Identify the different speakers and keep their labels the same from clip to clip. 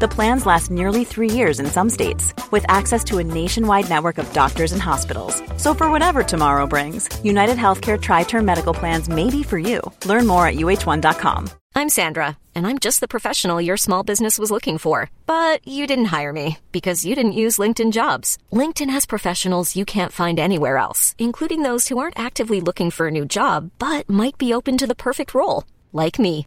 Speaker 1: The plans last nearly three years in some states, with access to a nationwide network of doctors and hospitals. So, for whatever tomorrow brings, United Healthcare Tri Term Medical Plans may be for you. Learn more at uh1.com.
Speaker 2: I'm Sandra, and I'm just the professional your small business was looking for. But you didn't hire me because you didn't use LinkedIn jobs. LinkedIn has professionals you can't find anywhere else, including those who aren't actively looking for a new job but might be open to the perfect role, like me.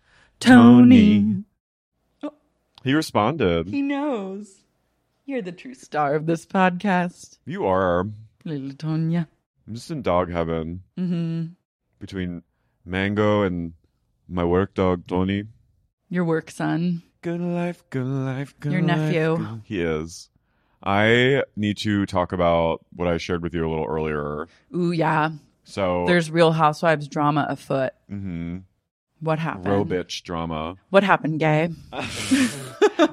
Speaker 3: Tony.
Speaker 4: He responded.
Speaker 3: He knows. You're the true star of this podcast,
Speaker 4: you are.
Speaker 3: little Tonya.
Speaker 4: I'm just in dog heaven
Speaker 3: hmm
Speaker 4: Mm-hmm. between Mango and my work dog, Tony.
Speaker 3: Your work, son.
Speaker 4: Good life, good life, good
Speaker 3: Your
Speaker 4: life,
Speaker 3: nephew.
Speaker 4: good- He is. I need to talk about what I shared with you a little earlier.
Speaker 3: Ooh, yeah.
Speaker 4: So
Speaker 3: There's Real Housewives drama afoot.
Speaker 4: hmm
Speaker 3: What happened?
Speaker 4: row bitch drama.
Speaker 3: What happened, gay?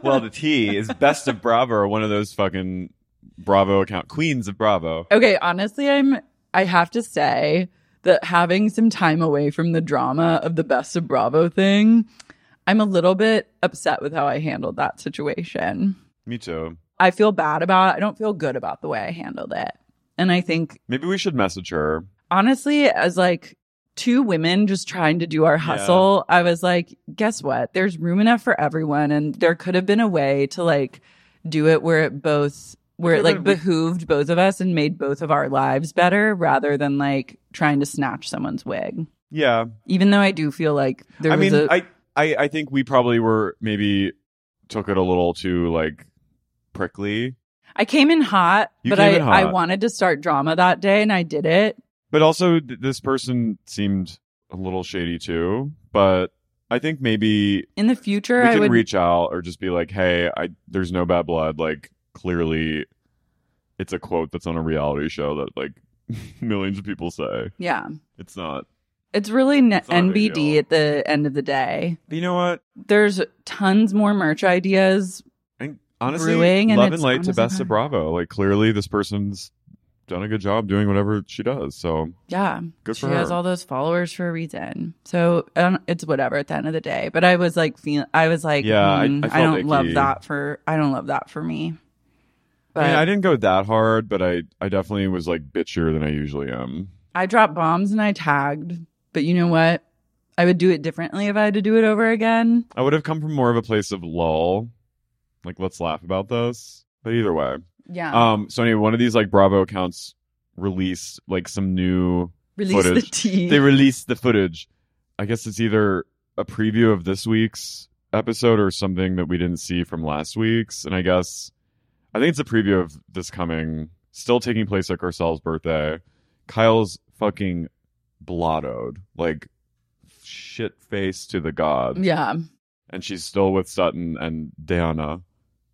Speaker 4: well, the T is best of Bravo, one of those fucking Bravo account queens of Bravo.
Speaker 3: Okay, honestly, I'm. I have to say that having some time away from the drama of the best of Bravo thing, I'm a little bit upset with how I handled that situation.
Speaker 4: Me too.
Speaker 3: I feel bad about it. I don't feel good about the way I handled it. And I think
Speaker 4: Maybe we should message her.
Speaker 3: honestly, as like two women just trying to do our hustle, I was like, guess what? There's room enough for everyone, and there could have been a way to like do it where it both where it
Speaker 4: Okay,
Speaker 3: like
Speaker 4: but we-
Speaker 3: behooved both of us and made both of our lives better rather than like trying to snatch someone's wig.
Speaker 4: Yeah.
Speaker 3: Even though I do feel like there
Speaker 4: I
Speaker 3: was
Speaker 4: mean,
Speaker 3: a
Speaker 4: I, I, I think we probably were maybe took it a little too like prickly,
Speaker 3: I came in hot,
Speaker 4: You
Speaker 3: but
Speaker 4: came
Speaker 3: I,
Speaker 4: in
Speaker 3: I
Speaker 4: hot.
Speaker 3: wanted to start drama that day and I did it.
Speaker 4: but also th- this person seemed a little shady too. But I think maybe
Speaker 3: In the future,
Speaker 4: we
Speaker 3: I
Speaker 4: can
Speaker 3: would
Speaker 4: reach out or just be like, "Hey, I there's no bad blood." Like clearly, it's a quote that's on a reality show that like millions of people say.
Speaker 3: yeah.
Speaker 4: It's not.
Speaker 3: It's really n-
Speaker 4: not a big
Speaker 3: NBD
Speaker 4: deal.
Speaker 3: at the end of the day.
Speaker 4: But you know what?
Speaker 3: there's tons more merch ideas.
Speaker 4: And honestly,
Speaker 3: Brewing and
Speaker 4: love
Speaker 3: it's
Speaker 4: and light to
Speaker 3: Amazon
Speaker 4: best of
Speaker 3: Prime.
Speaker 4: Bravo. Like clearly, this person's done a good job doing whatever she does. So
Speaker 3: Yeah.
Speaker 4: Good
Speaker 3: she
Speaker 4: for
Speaker 3: has
Speaker 4: her.
Speaker 3: all those followers for a reason. So um, it's whatever at the end of the day. But I was like feel I was like
Speaker 4: Yeah, I-
Speaker 3: hmm,
Speaker 4: I
Speaker 3: I,
Speaker 4: felt
Speaker 3: don't love
Speaker 4: icky.
Speaker 3: that for I don't love that for me. But
Speaker 4: I
Speaker 3: I,
Speaker 4: mean, I didn't go that hard, but I I definitely was like bitchier than I usually am.
Speaker 3: dropped bombs and I tagged, but you know what? I would do it differently if I had to do it over again.
Speaker 4: I would have come from more of a place of lull, like let's laugh about this. But either way,
Speaker 3: Yeah.
Speaker 4: um. So anyway, one of these like Bravo accounts released like some new.
Speaker 3: Release
Speaker 4: footage.
Speaker 3: the tea.
Speaker 4: They released the footage. I guess it's either a preview of this week's episode or something that we didn't see from last week's. And I guess I think it's a preview of this coming, still taking place at Garcelle's birthday. Kyle's fucking blottoed, like shit face to the god.
Speaker 3: yeah.
Speaker 4: And she's still with Sutton and Diana,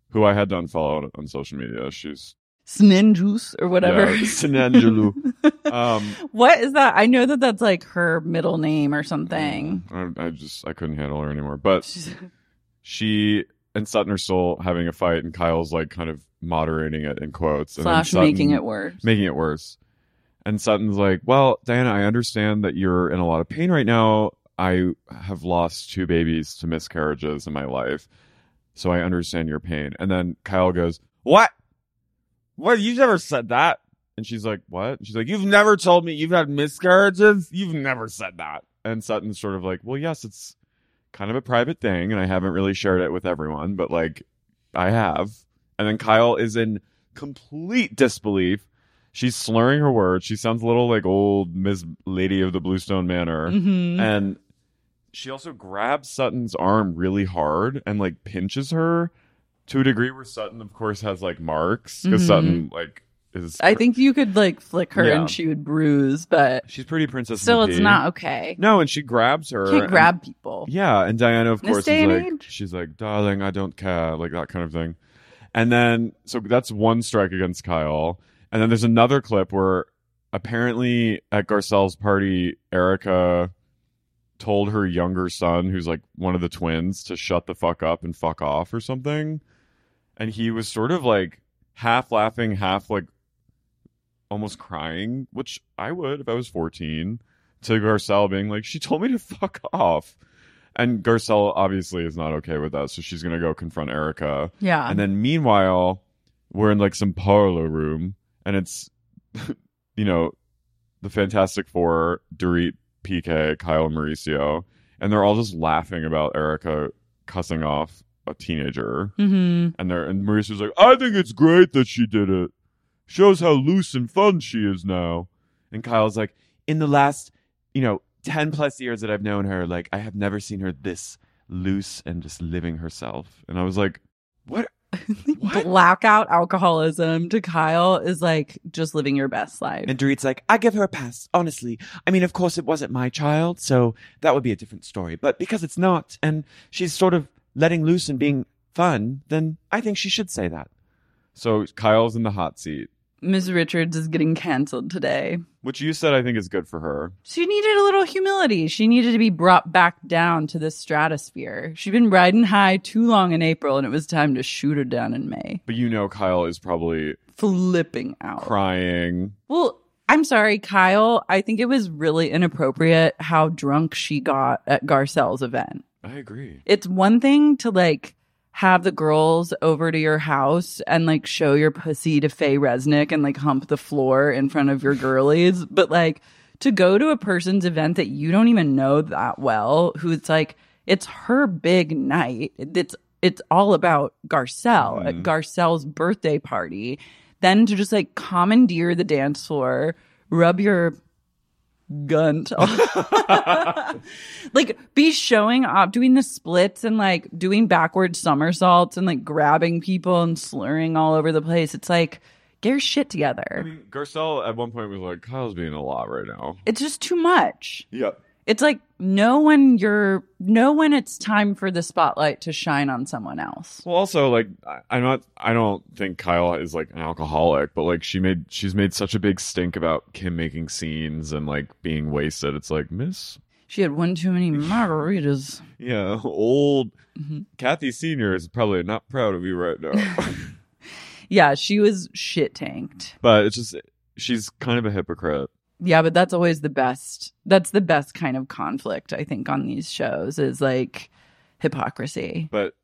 Speaker 4: who I had to unfollow on, on social media. She's
Speaker 3: Snenjus or whatever.
Speaker 4: Yeah, Sinanjulu. Um,
Speaker 3: what is that? I know that that's like her middle name or something.
Speaker 4: I, I just I couldn't handle her anymore. But she and Sutton are still having a fight, and Kyle's like kind of moderating it in quotes, and then
Speaker 3: Slash
Speaker 4: Sutton-
Speaker 3: making it worse.
Speaker 4: making it worse. And Sutton's like, "Well, Diana, I understand that you're in a lot of pain right now. I have lost two babies to miscarriages in my life, so I understand your pain." And then Kyle goes, "What? What? You never said that." And she's like, "What?" And she's like, "You've never told me you've had miscarriages. You've never said that." And Sutton's sort of like, "Well, yes, it's kind of a private thing, and I haven't really shared it with everyone, but like, I have." And then Kyle is in complete disbelief she's slurring her words. She sounds a little like old Miss Lady of the Bluestone Manor.
Speaker 3: Mhm.
Speaker 4: And she also grabs Sutton's arm really hard and like pinches her to a degree where Sutton, of course, has like marks because
Speaker 3: Mhm.
Speaker 4: Sutton like is.
Speaker 3: I think you could like flick her
Speaker 4: Yeah.
Speaker 3: and she would bruise, but
Speaker 4: she's pretty princess.
Speaker 3: still,
Speaker 4: and the
Speaker 3: it's
Speaker 4: Pea.
Speaker 3: not okay.
Speaker 4: No, and she grabs her.
Speaker 3: You can't
Speaker 4: and-
Speaker 3: grab people.
Speaker 4: yeah, and Diana, of
Speaker 3: This
Speaker 4: course,
Speaker 3: day
Speaker 4: is
Speaker 3: and
Speaker 4: like,
Speaker 3: age.
Speaker 4: she's like, darling, I don't care, like that kind of thing. And then, so that's one strike against Kyle. And then there's another clip where apparently at Garcelle's party, Erica told her younger son, who's like one of the twins, to shut the fuck up and fuck off or something. And he was sort of like half laughing, half like almost crying, which I would if I was 14, to Garcelle being like, she told me to fuck off. And Garcelle obviously is not okay with that. So she's going to go confront Erica.
Speaker 3: Yeah.
Speaker 4: And then meanwhile, we're in like some parlor room and it's, you know, the Fantastic Four, Dorit, PK, Kyle, and Mauricio. And they're all just laughing about Erica cussing off a teenager.
Speaker 3: hmm
Speaker 4: And they're and Mauricio's like, I think it's great that she did it. Shows how loose and fun she is now. And Kyle's like, in the last, you know, ten plus years that I've known her, like I have never seen her this loose and just living herself. And I was like, What? what?
Speaker 3: Blackout alcoholism to Kyle is like just living your best life.
Speaker 5: And Dorit's like, I give her a pass, honestly. I mean, of course, it wasn't my child, so that would be a different story. But because it's not, and she's sort of letting loose and being fun, then I think she should say that.
Speaker 4: So Kyle's in the hot seat,
Speaker 3: Ms. Richards is getting canceled today.
Speaker 4: which you said I think is good for her.
Speaker 3: She needed a little humility. She needed to be brought back down to the stratosphere. She'd been riding high too long in April and it was time to shoot her down in May.
Speaker 4: But you know Kyle is probably
Speaker 3: Flipping out.
Speaker 4: crying.
Speaker 3: Well, I'm sorry, Kyle. I think it was really inappropriate how drunk she got at Garcelle's event.
Speaker 4: I agree.
Speaker 3: It's one thing to like have the girls over to your house and like show your pussy to Faye Resnick and like hump the floor in front of your girlies, but like to go to a person's event that you don't even know that well, who it's like it's her big night. It's it's all about Garcelle at Garcelle's birthday party. Then to just like commandeer the dance floor, rub your gunt. like be showing up, doing the splits and like doing backward somersaults and like grabbing people and slurring all over the place. It's like get your shit
Speaker 4: I
Speaker 3: together.
Speaker 4: mean, Garcelle at one point was like, Kyle's being a lot right now.
Speaker 3: It's just too much.
Speaker 4: Yeah.
Speaker 3: It's like know when you're know when it's time for the spotlight to shine on someone else.
Speaker 4: Well, also like I, I'm not. I don't think Kyle is like an alcoholic, but like she made she's made such a big stink about Kim making scenes and like being wasted. It's like Miss,
Speaker 3: She had one too many margaritas.
Speaker 4: yeah, old Kathy Senior is probably not proud of you right now.
Speaker 3: Yeah, she was shit tanked.
Speaker 4: but it's just she's kind of a hypocrite.
Speaker 3: Yeah, but that's always the best. That's the best kind of conflict, I think, on these shows is like hypocrisy.
Speaker 4: But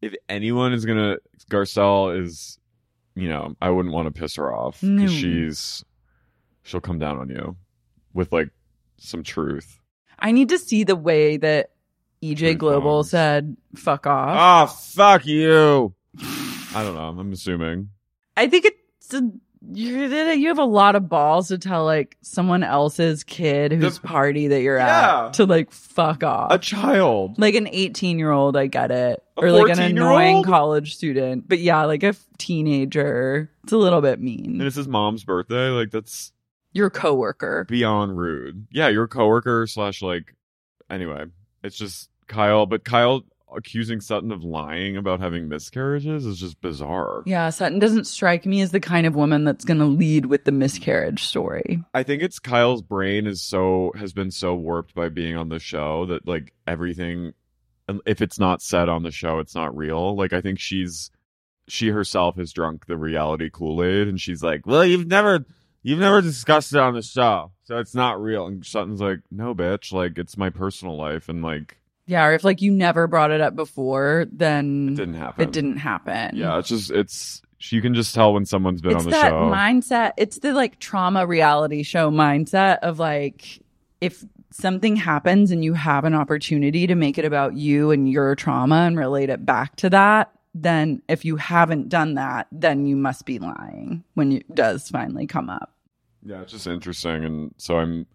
Speaker 4: if anyone is gonna Garcelle is, you know, I wouldn't want to piss her off because
Speaker 3: No.
Speaker 4: she's she'll come down on you with like some truth.
Speaker 3: I need to see the way that EJ
Speaker 4: Truth
Speaker 3: Global
Speaker 4: bombs.
Speaker 3: said "fuck off."
Speaker 4: Ah, fuck you. I don't know. I'm assuming.
Speaker 3: I think it's a, you you have a lot of balls to tell like someone else's kid whose
Speaker 4: The-
Speaker 3: party that you're
Speaker 4: Yeah.
Speaker 3: at to like fuck off.
Speaker 4: a child.
Speaker 3: like an 18 year old, I get it,
Speaker 4: A
Speaker 3: or like an
Speaker 4: 14-year-old?
Speaker 3: annoying college student. But yeah, like a f- teenager, it's a little bit mean.
Speaker 4: And it's his mom's birthday. Like that's
Speaker 3: Your coworker.
Speaker 4: beyond rude. Yeah, your coworker slash like. Anyway, it's just Kyle. But Kyle accusing Sutton of lying about having miscarriages is just bizarre.
Speaker 3: Yeah, Sutton doesn't strike me as the kind of woman that's going to lead with the miscarriage story.
Speaker 4: I think it's Kyle's brain is so has been so warped by being on the show that like everything if it's not said on the show it's not real. Like I think she's she herself has drunk the reality Kool-Aid and she's like, "Well, you've never you've never discussed it on the show, so it's not real." And Sutton's like, "No, bitch, like it's my personal life and like
Speaker 3: Yeah, or if like you never brought it up before, then
Speaker 4: it didn't happen."
Speaker 3: It didn't happen.
Speaker 4: Yeah, it's just it's you can just tell when someone's been
Speaker 3: it's
Speaker 4: on the
Speaker 3: that
Speaker 4: show.
Speaker 3: mindset. It's the like trauma reality show mindset of like if something happens and you have an opportunity to make it about you and your trauma and relate it back to that, then if you haven't done that, then you must be lying when it does finally come up.
Speaker 4: Yeah, it's just interesting, and so I'm.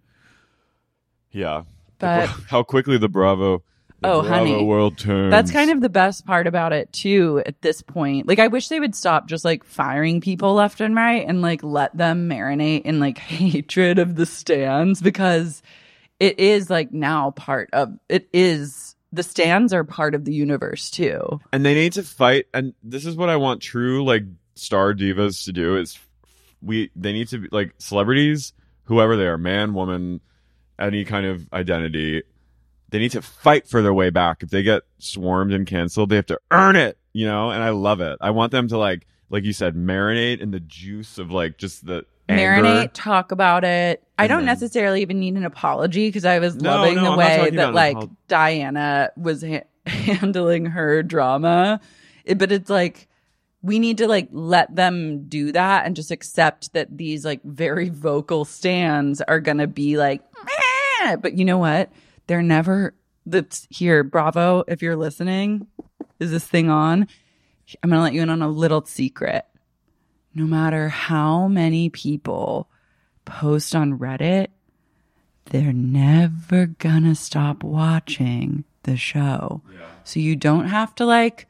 Speaker 4: Yeah,
Speaker 3: But-
Speaker 4: how quickly the Bravo, the
Speaker 3: Oh,
Speaker 4: Bravo
Speaker 3: honey.
Speaker 4: world turns.
Speaker 3: That's kind of the best part about it too at this point. Like I wish they would stop just like firing people left and right and like let them marinate in like hatred of the stands because it is like now part of it is the stands are part of the universe too.
Speaker 4: and they need to fight. And this is what I want true like star divas to do is we they need to be like celebrities, whoever they are, man, woman, any kind of identity. They need to fight for their way back. If they get swarmed and canceled, they have to earn it, you know. And I love it. I want them to like, like you said, marinate in the juice of like just the anger.
Speaker 3: Marinate, talk about it. I
Speaker 4: And
Speaker 3: don't
Speaker 4: then-
Speaker 3: necessarily even need an apology because I was
Speaker 4: No,
Speaker 3: loving
Speaker 4: no,
Speaker 3: the
Speaker 4: I'm not
Speaker 3: way
Speaker 4: talking about
Speaker 3: that
Speaker 4: an
Speaker 3: like
Speaker 4: apol-
Speaker 3: Diana was ha- handling her drama. It- but it's like we need to like let them do that and just accept that these like very vocal stands are gonna be like, "Meh," but you know what? They're never. That's here, Bravo. If you're listening, is this thing on? I'm gonna let you in on a little secret no matter how many people post on Reddit, they're never gonna stop watching the show. So you don't have to like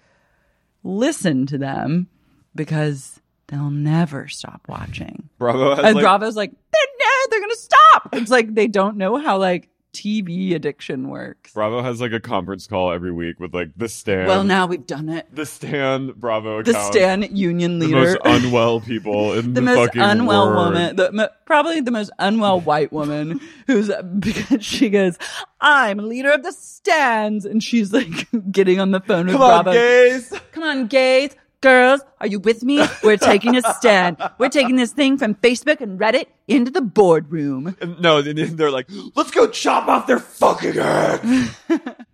Speaker 3: listen to them because they'll never stop watching.
Speaker 4: Bravo has
Speaker 3: And
Speaker 4: like,
Speaker 3: Bravo's like, they're, ne- they're gonna stop. It's like they don't know how like TV addiction works.
Speaker 4: Bravo has like a conference call every week with like the stand.
Speaker 3: Well, now we've done it.
Speaker 4: the stand Bravo
Speaker 3: The
Speaker 4: account.
Speaker 3: Stan union
Speaker 4: the
Speaker 3: leader.
Speaker 4: most unwell people in the,
Speaker 3: the, most
Speaker 4: fucking
Speaker 3: unwell
Speaker 4: world.
Speaker 3: woman, the, mo- probably the most unwell white woman, who's because she goes, "I'm leader of the stands," and she's like getting on the phone with
Speaker 5: Come on,
Speaker 3: Bravo.
Speaker 5: gays.
Speaker 3: Come on, gays, girls, are you with me? We're taking a stand. We're taking this thing from Facebook and Reddit into the boardroom.
Speaker 4: And No, they- they're like,
Speaker 5: Let's go chop off their fucking head.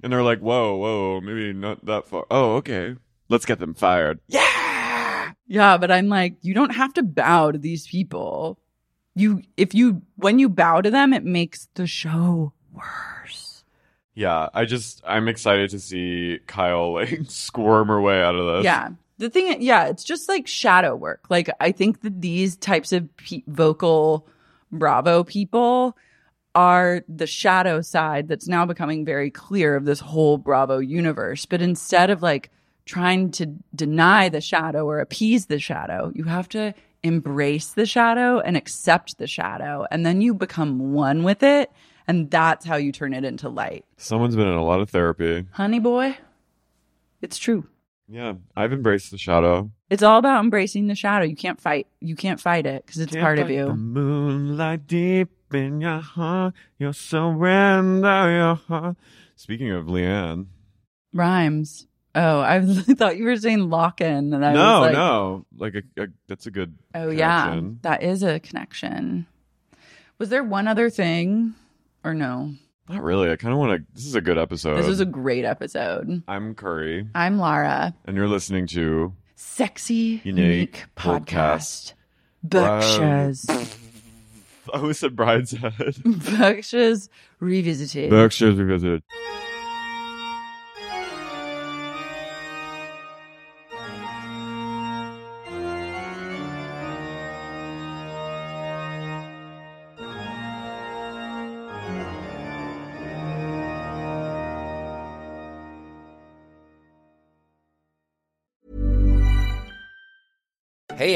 Speaker 4: and they're like, whoa, whoa, maybe not that far. Oh, okay, let's get them fired.
Speaker 5: yeah.
Speaker 3: Yeah, but I'm like, you don't have to bow to these people. You, if you, when you bow to them, it makes the show worse.
Speaker 4: Yeah, I just I'm excited to see Kyle like squirm her way out of this.
Speaker 3: Yeah. The thing, yeah, it's just like shadow work. Like, I think that these types of pe- vocal Bravo people are the shadow side that's now becoming very clear of this whole Bravo universe. But instead of like trying to deny the shadow or appease the shadow, you have to embrace the shadow and accept the shadow. And then you become one with it. And that's how you turn it into light.
Speaker 4: someone's been in a lot of therapy.
Speaker 3: Honey boy, it's true.
Speaker 4: Yeah, I've embraced the shadow.
Speaker 3: It's all about embracing the shadow. You can't fight. You can't fight it because it's
Speaker 4: Can't
Speaker 3: part of
Speaker 4: fight The
Speaker 3: you.
Speaker 4: moonlight deep in your heart, you surrender your heart. Speaking of Leanne,
Speaker 3: Rhymes. Oh, I thought you were saying lock in, and I
Speaker 4: no,
Speaker 3: was like,
Speaker 4: no, like a, a, that's a good.
Speaker 3: oh yeah,
Speaker 4: connection.
Speaker 3: that is a connection. Was there one other thing, or no?
Speaker 4: not really. I kind of want to. This is a good episode.
Speaker 3: This was a great episode.
Speaker 4: I'm Curry,
Speaker 3: I'm Lara,
Speaker 4: and you're listening to
Speaker 3: sexy unique,
Speaker 4: podcast.
Speaker 3: podcast. Berkshire's
Speaker 4: I always said Bride's Head.
Speaker 3: Berkshire's revisited.
Speaker 4: Berkshire's Revisited.
Speaker 6: Hey,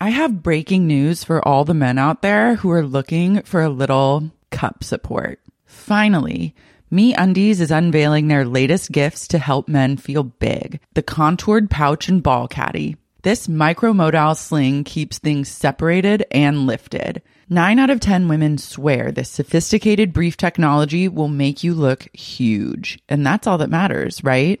Speaker 3: I have breaking news for all the men out there who are looking for a little cup support. Finally, Me Undies is unveiling their latest gifts to help men feel big the contoured pouch and ball caddy. This micromodal sling keeps things separated and lifted. Nine out of 10 women swear this sophisticated brief technology will make you look huge. And that's all that matters, right?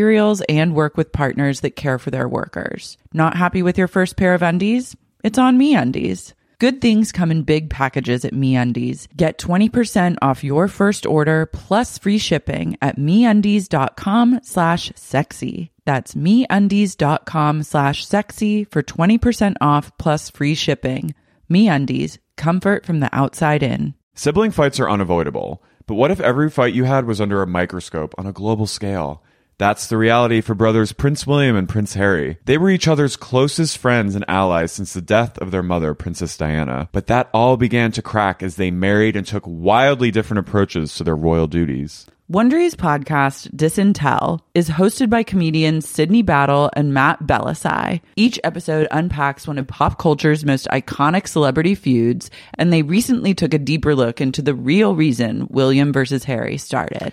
Speaker 3: materials and work with partners that care for their workers. Not happy with your first pair of undies? It's on me undies. Good things come in big packages at MeUndies. Get 20% off your first order plus free shipping at MeUndies.com slash sexy. That's MeUndies.com slash sexy for 20% off plus free shipping. MeUndies, comfort from the outside in.
Speaker 4: Sibling fights are unavoidable, but what if every fight you had was under a microscope on a global scale? That's the reality for brothers Prince William and Prince Harry. They were each other's closest friends and allies since the death of their mother, Princess Diana. But that all began to crack as they married and took wildly different approaches to their royal duties.
Speaker 3: Wondery's podcast, Disintel, is hosted by comedians Sydney Battle and Matt Belisai. Each episode unpacks one of pop culture's most iconic celebrity feuds, and they recently took a deeper look into the real reason William versus Harry started.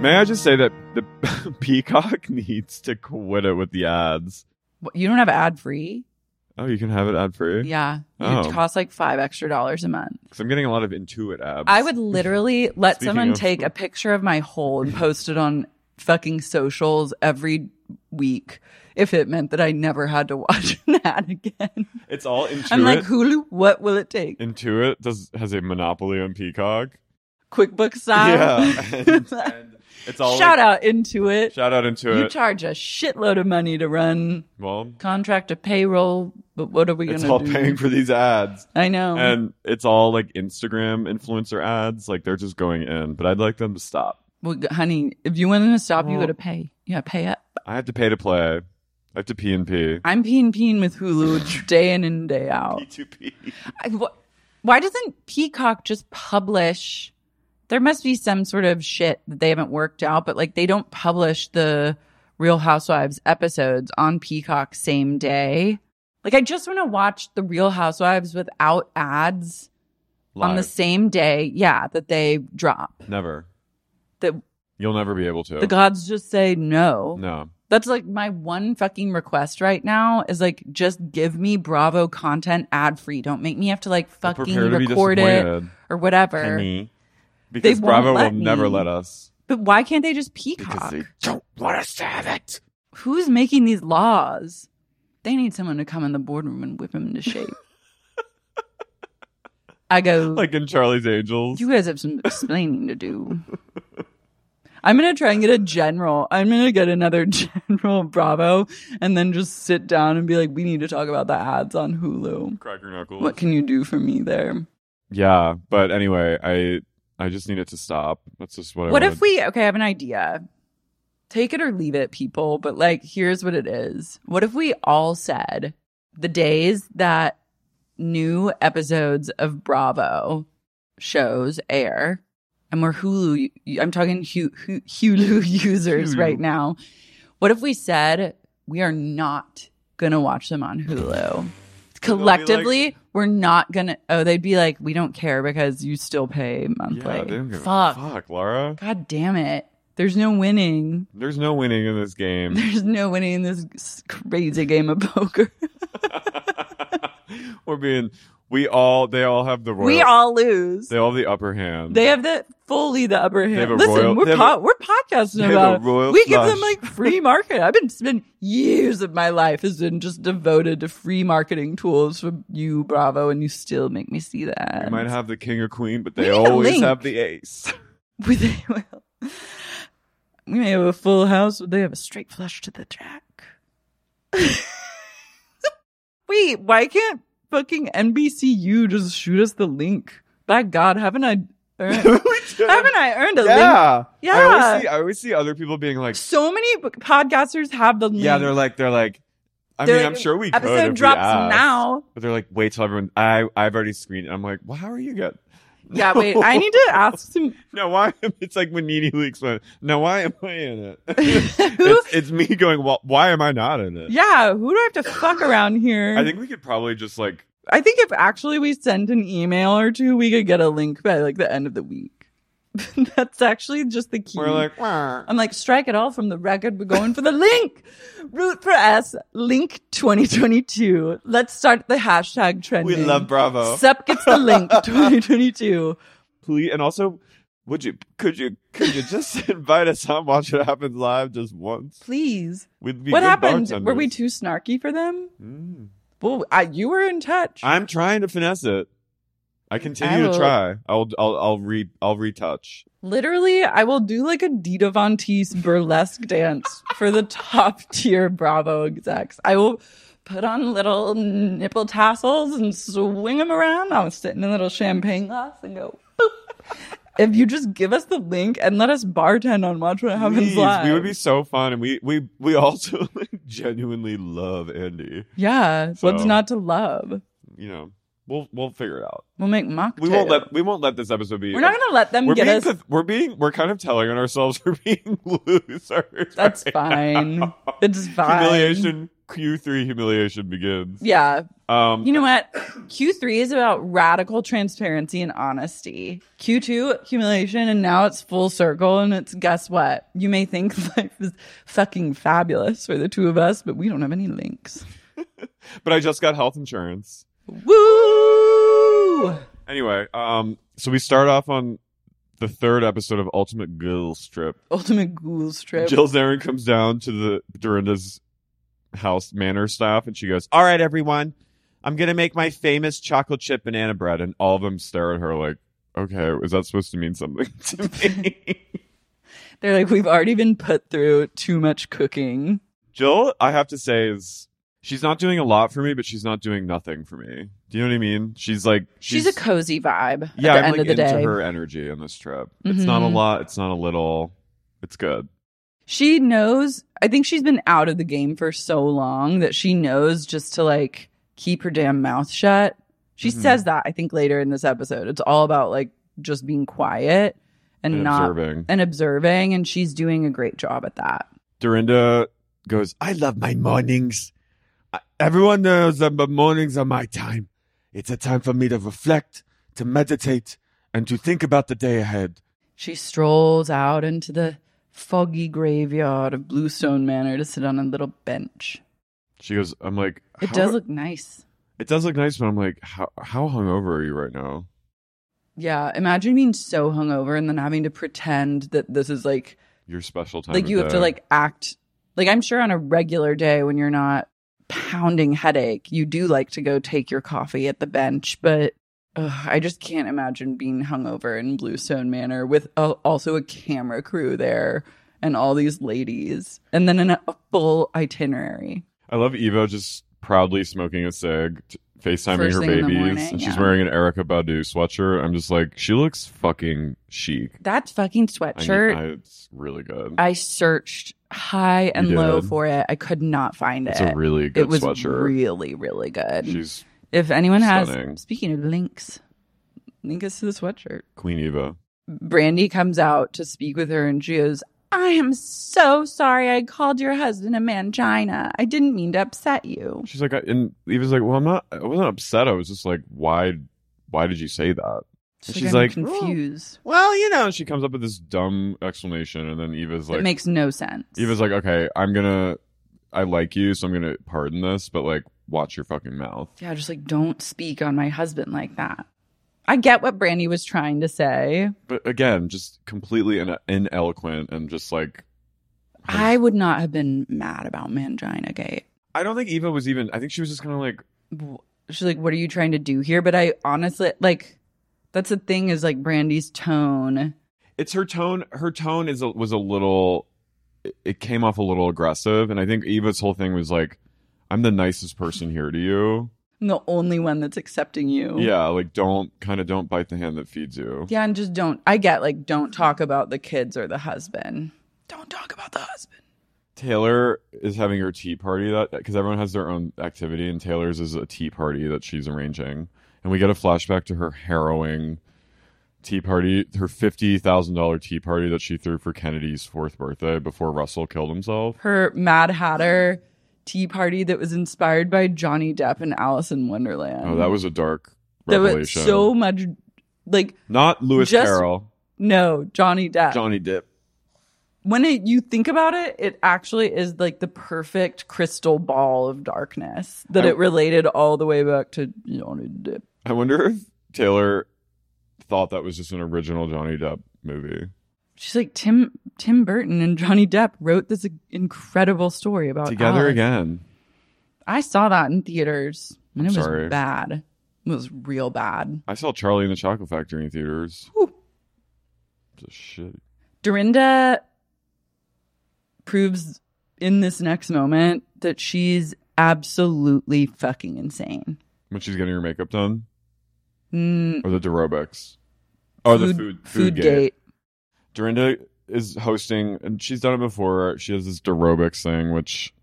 Speaker 4: May I just say that the Peacock needs to quit it with the ads?
Speaker 3: What, You don't have ad free?
Speaker 4: Oh, you can have it ad free.
Speaker 3: Yeah.
Speaker 4: Oh.
Speaker 3: It costs like five extra dollars a month.
Speaker 4: because I'm getting a lot of Intuit ads.
Speaker 3: I would literally let
Speaker 4: Speaking
Speaker 3: someone
Speaker 4: of-
Speaker 3: take a picture of my hole and post it on fucking socials every week if it meant that I never had to watch an ad again.
Speaker 4: It's all Intuit.
Speaker 3: I'm like, Hulu, what will it take?
Speaker 4: Intuit does has a monopoly on Peacock.
Speaker 3: QuickBooks sign.
Speaker 4: yeah. And, and it's all
Speaker 3: Shout out into it.
Speaker 4: Shout out into
Speaker 3: You
Speaker 4: it.
Speaker 3: charge a shitload of money to run
Speaker 4: well,
Speaker 3: contract to payroll, but what are we going
Speaker 4: it's
Speaker 3: to
Speaker 4: all
Speaker 3: do? Um,
Speaker 4: paying for these ads.
Speaker 3: I know.
Speaker 4: And it's all like Instagram influencer ads. Like they're just going in, but I'd like them to stop.
Speaker 3: well, g- honey, if you want them to stop, you
Speaker 4: Well-
Speaker 3: got to pay. You got to pay up.
Speaker 4: I have to pay to play. I have to P and P.
Speaker 3: I'm peeing peeing with Hulu day in and day out.
Speaker 4: P2P.
Speaker 3: I, wh- why doesn't Peacock just publish? There must be some sort of shit that they haven't worked out, but like they don't publish the Real Housewives episodes on Peacock same day. Like I just want to watch the Real Housewives without ads on the
Speaker 4: Live.
Speaker 3: same day, yeah, that they drop.
Speaker 4: Never.
Speaker 3: That
Speaker 4: You'll never be able to.
Speaker 3: the gods just say no.
Speaker 4: no.
Speaker 3: That's like my one fucking request right now is like just give me Bravo content ad free. Don't make me have to like
Speaker 4: Well,
Speaker 3: fucking
Speaker 4: prepare to be
Speaker 3: record it
Speaker 4: disappointed.
Speaker 3: or whatever.
Speaker 4: Penny. Because
Speaker 3: won't
Speaker 4: Bravo
Speaker 3: let
Speaker 4: will never
Speaker 3: me.
Speaker 4: let us.
Speaker 3: But why can't they just
Speaker 4: Because
Speaker 3: peacock?
Speaker 4: they don't want us to have it.
Speaker 3: Who's making these laws? They need someone to come in the boardroom and whip him into shape. I go
Speaker 4: Like in Charlie's Angels.
Speaker 3: You guys have some explaining to do. I'm gonna try and get a general. I'm gonna get another general Bravo, and then just sit down and be like, "We need to talk about the ads on Hulu.
Speaker 4: Cracker Knuckles.
Speaker 3: What can you do for me there?"
Speaker 4: Yeah, but anyway, I I just need it to stop. That's just what. I
Speaker 3: What
Speaker 4: wanted.
Speaker 3: if we? Okay, I have an idea. Take it or leave it, people. But like, here's what it is. What if we all said the days that new episodes of Bravo shows air, and we're Hulu. I'm talking Hu- Hu- Hulu users
Speaker 4: Hulu.
Speaker 3: right now. What if we said we are not gonna watch them on Hulu? Collectively, we're not gonna. Oh, they'd be like, we don't care because you still pay
Speaker 4: Yeah,
Speaker 3: monthly.
Speaker 4: they don't give a
Speaker 3: Fuck.
Speaker 4: fuck, Laura.
Speaker 3: God damn it. There's no winning.
Speaker 4: There's no winning in this game.
Speaker 3: There's no winning in this s- crazy game of poker.
Speaker 4: We're being. We all. They all have the royal.
Speaker 3: we all lose.
Speaker 4: They all have the upper hand.
Speaker 3: They have the fully the upper hand.
Speaker 4: have a
Speaker 3: Listen,
Speaker 4: royal-
Speaker 3: we're
Speaker 4: they have
Speaker 3: po-
Speaker 4: a-
Speaker 3: we're podcasting
Speaker 4: they have a
Speaker 3: about. it.
Speaker 4: royal
Speaker 3: we give them
Speaker 4: flush.
Speaker 3: like free market. I've been spend years of my life has been just devoted to free marketing tools from you, Bravo, and you still make me see that.
Speaker 4: We might have the king or queen, but
Speaker 3: We
Speaker 4: they
Speaker 3: need a
Speaker 4: always
Speaker 3: link.
Speaker 4: have the ace.
Speaker 3: We they will. We may have a full house, but they have a straight flush to the jack. Wait, why can't fucking NBCU just shoot us the link? By God, haven't I earned, haven't I earned a link?
Speaker 4: Yeah,
Speaker 3: Yeah.
Speaker 4: I always see. I always see other people being like,
Speaker 3: So many b- podcasters have the link.
Speaker 4: yeah, they're like, they're like. I
Speaker 3: They're
Speaker 4: mean,
Speaker 3: like,
Speaker 4: I'm sure we could.
Speaker 3: episode
Speaker 4: if we
Speaker 3: drops
Speaker 4: asked."
Speaker 3: now.
Speaker 4: But they're like, wait till everyone. I I've already screened. it. I'm like, well, how are you get?
Speaker 3: Yeah, wait, I need to ask some.
Speaker 4: No, why? It's like when Nene Leaks went, no, why am I in it? it's, it's me going, well, why am I not in it?
Speaker 3: Yeah, who do I have to fuck around here?
Speaker 4: I think we could probably just like,
Speaker 3: I think if actually we send an email or two, we could get a link by like the end of the week. That's actually just the key.
Speaker 4: we're like, "Wah."
Speaker 3: I'm like, strike it all from the record. We're going for the link. Root for us. Link 2022. Let's start the hashtag trending.
Speaker 4: we love Bravo.
Speaker 3: Sup gets the link 2022.
Speaker 4: Please. And also, would you, could you, could you just invite us on Watch It Happens Live just once?
Speaker 3: Please.
Speaker 4: We'd be
Speaker 3: What
Speaker 4: good
Speaker 3: happened?
Speaker 4: bartenders. Mm.
Speaker 3: Were we too snarky for them? Well, I, you were in touch.
Speaker 4: I'm trying to finesse it. I continue
Speaker 3: I will-
Speaker 4: to try. I'll, I'll, I'll re, I'll retouch.
Speaker 3: Literally, I will do like a Dita Von Teese burlesque dance for the top tier Bravo execs. I will put on little nipple tassels and swing them around. I'll sit in a little champagne glass and go, boop. If you just give us the link and let us bartend on Watch What Happens
Speaker 4: Please,
Speaker 3: Live.
Speaker 4: we would be so fun, and we we we also like, genuinely love Andy.
Speaker 3: yeah, what's
Speaker 4: So-
Speaker 3: not to love?
Speaker 4: You know, we'll we'll figure it out.
Speaker 3: We'll make mocktails.
Speaker 4: We won't let we won't let this episode be.
Speaker 3: We're not going to let them
Speaker 4: we're
Speaker 3: get
Speaker 4: being
Speaker 3: us.
Speaker 4: path- we're being we're kind of telling on ourselves for being losers.
Speaker 3: That's
Speaker 4: right
Speaker 3: fine.
Speaker 4: now.
Speaker 3: It's fine.
Speaker 4: Humiliation Q three humiliation begins.
Speaker 3: Yeah,
Speaker 4: Um,
Speaker 3: You know what? Q3 is about radical transparency and honesty. Q2, humiliation, and now it's full circle. And it's guess what? You may think life is fucking fabulous for the two of us, but we don't have any links.
Speaker 4: but I just got health insurance
Speaker 3: Woo!
Speaker 4: anyway. Um, so we start off on the third episode of Ultimate Girl Strip.
Speaker 3: Ultimate ghouls trip.
Speaker 4: Jill's Aaron comes down to the Dorinda's house manor staff and she goes, All right, everyone, I'm going to make my famous chocolate chip banana bread. And all of them stare at her like, okay, is that supposed to mean something to me?
Speaker 3: They're like, we've already been put through too much cooking.
Speaker 4: Jill, I have to say, is she's not doing a lot for me, but she's not doing nothing for me. Do you know what I mean? She's like
Speaker 3: She's, a cozy vibe at
Speaker 4: yeah.
Speaker 3: the
Speaker 4: I'm
Speaker 3: end
Speaker 4: like
Speaker 3: of the
Speaker 4: into
Speaker 3: day.
Speaker 4: her energy in this trip. It's not a
Speaker 3: Mhm.
Speaker 4: lot. It's not a little. It's good.
Speaker 3: She knows, I think she's been out of the game for so long that she knows just to like keep her damn mouth shut. She
Speaker 4: Mhm.
Speaker 3: says that, I think, later in this episode. It's all about like just being quiet and,
Speaker 4: And
Speaker 3: not
Speaker 4: observing.
Speaker 3: and observing. And she's doing a great job at that.
Speaker 4: Dorinda goes.
Speaker 5: I love my mornings. I, everyone knows that my mornings are my time. It's a time for me to reflect, to meditate, and to think about the day ahead.
Speaker 3: She strolls out into the foggy graveyard of Bluestone Manor to sit on a little bench.
Speaker 4: She goes. I'm like.
Speaker 3: It
Speaker 4: how-
Speaker 3: does look nice.
Speaker 4: It does look nice, but I'm like, how how hungover are you right now?
Speaker 3: Yeah, imagine being so hungover and then having to pretend that this is like
Speaker 4: Your special time.
Speaker 3: like
Speaker 4: of
Speaker 3: you have to
Speaker 4: day.
Speaker 3: like act like I'm sure on a regular day when you're not pounding headache, you do like to go take your coffee at the bench, but ugh, I just can't imagine being hungover in Bluestone Manor with a, also a camera crew there and all these ladies and then an, a full itinerary.
Speaker 4: I love Evo just proudly smoking a cig, t- FaceTiming
Speaker 3: First
Speaker 4: her
Speaker 3: thing in the
Speaker 4: babies,
Speaker 3: morning,
Speaker 4: and she's
Speaker 3: yeah.
Speaker 4: wearing an Erica Badu sweatshirt. I'm just like, she looks fucking chic.
Speaker 3: That fucking
Speaker 4: I need-
Speaker 3: sweatshirt,
Speaker 4: I-
Speaker 3: I,
Speaker 4: it's really good.
Speaker 3: searched high and
Speaker 4: You
Speaker 3: low
Speaker 4: did.
Speaker 3: for it. I could not find
Speaker 4: it's
Speaker 3: it.
Speaker 4: a really good
Speaker 3: it was
Speaker 4: sweatshirt.
Speaker 3: really, really good.
Speaker 4: she's
Speaker 3: if anyone
Speaker 4: stunning.
Speaker 3: has, speaking of links, link us to the sweatshirt.
Speaker 4: Queen Evo.
Speaker 3: Brandy comes out to speak with her and she goes, I am so sorry I called your husband a mangina. I didn't mean to upset you.
Speaker 4: She's like, I- and Eva's like, well, I'm not. I wasn't upset. I was just like, why? Why did you say that?
Speaker 3: So
Speaker 4: She's like,
Speaker 3: confused.
Speaker 4: Well, you know, she comes up with this dumb explanation, and then Eva's like,
Speaker 3: it makes no sense.
Speaker 4: Eva's like, okay, I'm gonna, I like you, so I'm gonna pardon this, but like, watch your fucking mouth.
Speaker 3: yeah, just like, don't speak on my husband like that. I get what Brandy was trying to say.
Speaker 4: But again, just completely in- ineloquent and just like,
Speaker 3: I would not have been mad about mangina gate.
Speaker 4: I don't think Eva was even. I think she was just kind of like,
Speaker 3: She's like, what are you trying to do here? But I honestly, like, that's the thing is like Brandy's tone.
Speaker 4: it's her tone. Her tone is a, was a little. it- It came off a little aggressive, and I think Eva's whole thing was like, "I'm the nicest person here to you."
Speaker 3: I'm the only one that's accepting you.
Speaker 4: Yeah, like don't kind of don't bite the hand that feeds you.
Speaker 3: Yeah, and just don't. I get like, don't talk about the kids or the husband. Don't talk about the husband.
Speaker 4: Taylor is having her tea party that because everyone has their own activity, and Taylor's is a tea party that she's arranging, and we get a flashback to her harrowing tea party, her fifty thousand dollar tea party that she threw for Kennedy's fourth birthday before Russell killed himself.
Speaker 3: Her Mad Hatter tea party that was inspired by Johnny Depp and Alice in Wonderland.
Speaker 4: Oh, that was a dark
Speaker 3: There was
Speaker 4: revelation.
Speaker 3: so much. Like,
Speaker 4: not Lewis
Speaker 3: just-
Speaker 4: Carroll,
Speaker 3: no, Johnny Depp.
Speaker 4: Johnny Dip.
Speaker 3: when it, you think about it, it actually is like the perfect crystal ball of darkness that
Speaker 4: I-
Speaker 3: it related all the way back to Johnny Depp.
Speaker 4: I wonder if Taylor thought that was just an original Johnny Depp movie.
Speaker 3: She's like Tim Tim Burton and Johnny Depp wrote this incredible story about
Speaker 4: Together
Speaker 3: Alice.
Speaker 4: again.
Speaker 3: I saw that in theaters and
Speaker 4: I'm
Speaker 3: it was
Speaker 4: sorry.
Speaker 3: bad. It was real bad.
Speaker 4: I saw Charlie and the Chocolate Factory in theaters.
Speaker 3: Whew.
Speaker 4: It's a shit.
Speaker 3: Dorinda proves in this next moment that she's absolutely fucking insane.
Speaker 4: When she's getting her makeup done?
Speaker 3: Mm,
Speaker 4: Or the Dorobics? Or the food, food, gate. Dorinda is hosting, and she's done it before. She has this Dorobics thing, which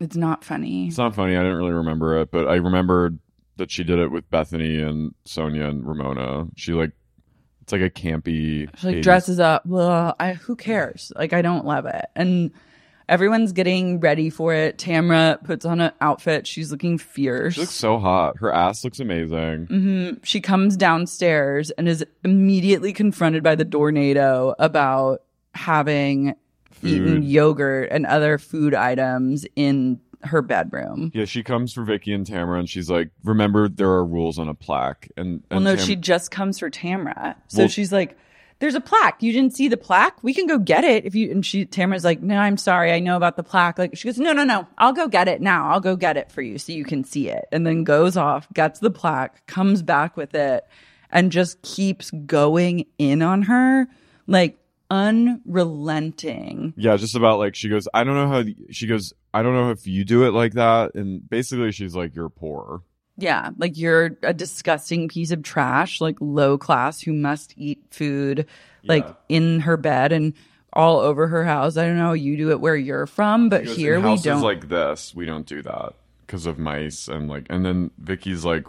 Speaker 3: It's not funny.
Speaker 4: it's not funny. I didn't really remember it, but I remembered that she did it with Bethany and Sonia and Ramona. She like, it's like a campy.
Speaker 3: She like
Speaker 4: 80s
Speaker 3: dresses up. Well, I who cares? Like I don't love it. And everyone's getting ready for it. Tamra puts on an outfit. She's looking fierce.
Speaker 4: She looks so hot. Her ass looks amazing.
Speaker 3: hmm She comes downstairs and is immediately confronted by the tornado about having eaten
Speaker 4: Food.
Speaker 3: yogurt and other food items in her bedroom.
Speaker 4: Yeah, she comes for Vicky and Tamara, and she's like, "Remember, there are rules on a plaque." And,
Speaker 3: Well,
Speaker 4: and
Speaker 3: no,
Speaker 4: Tam-
Speaker 3: she just comes for Tamra. So
Speaker 4: Well-
Speaker 3: she's like, there's a plaque. You didn't see the plaque? We can go get it if you and she Tamra's like, "No, I'm sorry. I know about the plaque." Like she goes, "No, no, no. I'll go get it now. I'll go get it for you so you can see it." And then goes off, gets the plaque, comes back with it, and just keeps going in on her, like unrelenting.
Speaker 4: Yeah, just about like she goes, I don't know how she goes, I don't know if you do it like that. And basically she's like, You're poor.
Speaker 3: Yeah, like you're a disgusting piece of trash, like low class who must eat food like
Speaker 4: Yeah.
Speaker 3: in her bed and all over her house. I don't know, you do it where you're from, but
Speaker 4: She goes,
Speaker 3: here
Speaker 4: "In
Speaker 3: we
Speaker 4: houses
Speaker 3: don't.
Speaker 4: like this, we don't do that because of mice and like and then Vicky's like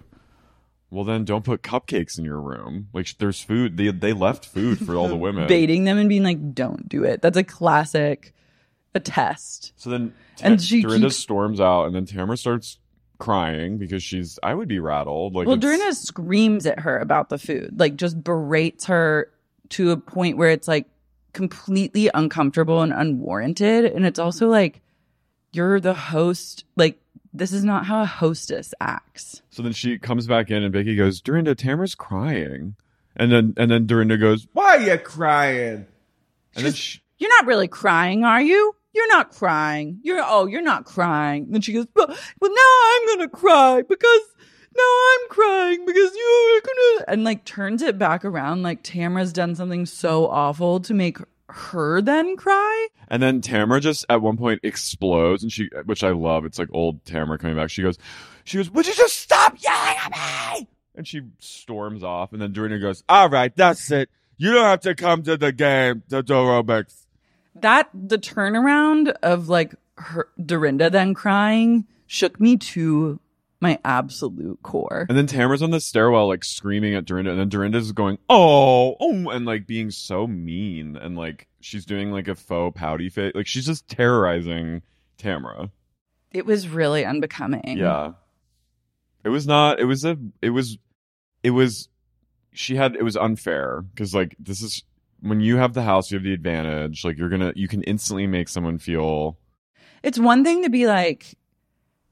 Speaker 4: well then don't put cupcakes in your room. Like sh- there's food. They they left food for all the women.
Speaker 3: baiting them and being like, "Don't do it." That's a classic, a test.
Speaker 4: So then Ta-
Speaker 3: And she
Speaker 4: Dorinda
Speaker 3: keeps-
Speaker 4: storms out and then Tamara starts crying because she's I would be rattled. Like
Speaker 3: well,
Speaker 4: it's-
Speaker 3: Dorinda screams at her about the food, like just berates her to a point where it's like completely uncomfortable and unwarranted, and it's also like you're the host. Like this is not how a hostess acts.
Speaker 4: So then she comes back in and Vicky goes, Dorinda, Tamara's crying. And then and then Dorinda goes, Why are you crying? And then she,
Speaker 3: You're not really crying, are you? You're not crying. You're oh, you're not crying. Then she goes, well, well now I'm gonna cry because now I'm crying because you are gonna and like turns it back around like Tamra's done something so awful to make her then cry.
Speaker 4: And then Tamara just at one point explodes, and she, which I love. It's like old Tamara coming back. She goes, she goes, would you just stop yelling at me? And she storms off. And then Dorinda goes, all right, that's it. You don't have to come to the game, the aerobics.
Speaker 3: That the turnaround of like her Dorinda then crying shook me to my absolute core.
Speaker 4: And then Tamara's on the stairwell, like screaming at Dorinda. And then Dorinda's going, oh, oh, and like being so mean. And like she's doing like a faux pouty face. Like she's just terrorizing Tamara.
Speaker 3: It was really unbecoming.
Speaker 4: Yeah. It was not it was a it was it was she had it was unfair cuz like this is when you have the house you have the advantage like you're going to you can instantly make someone feel
Speaker 3: It's one thing to be like,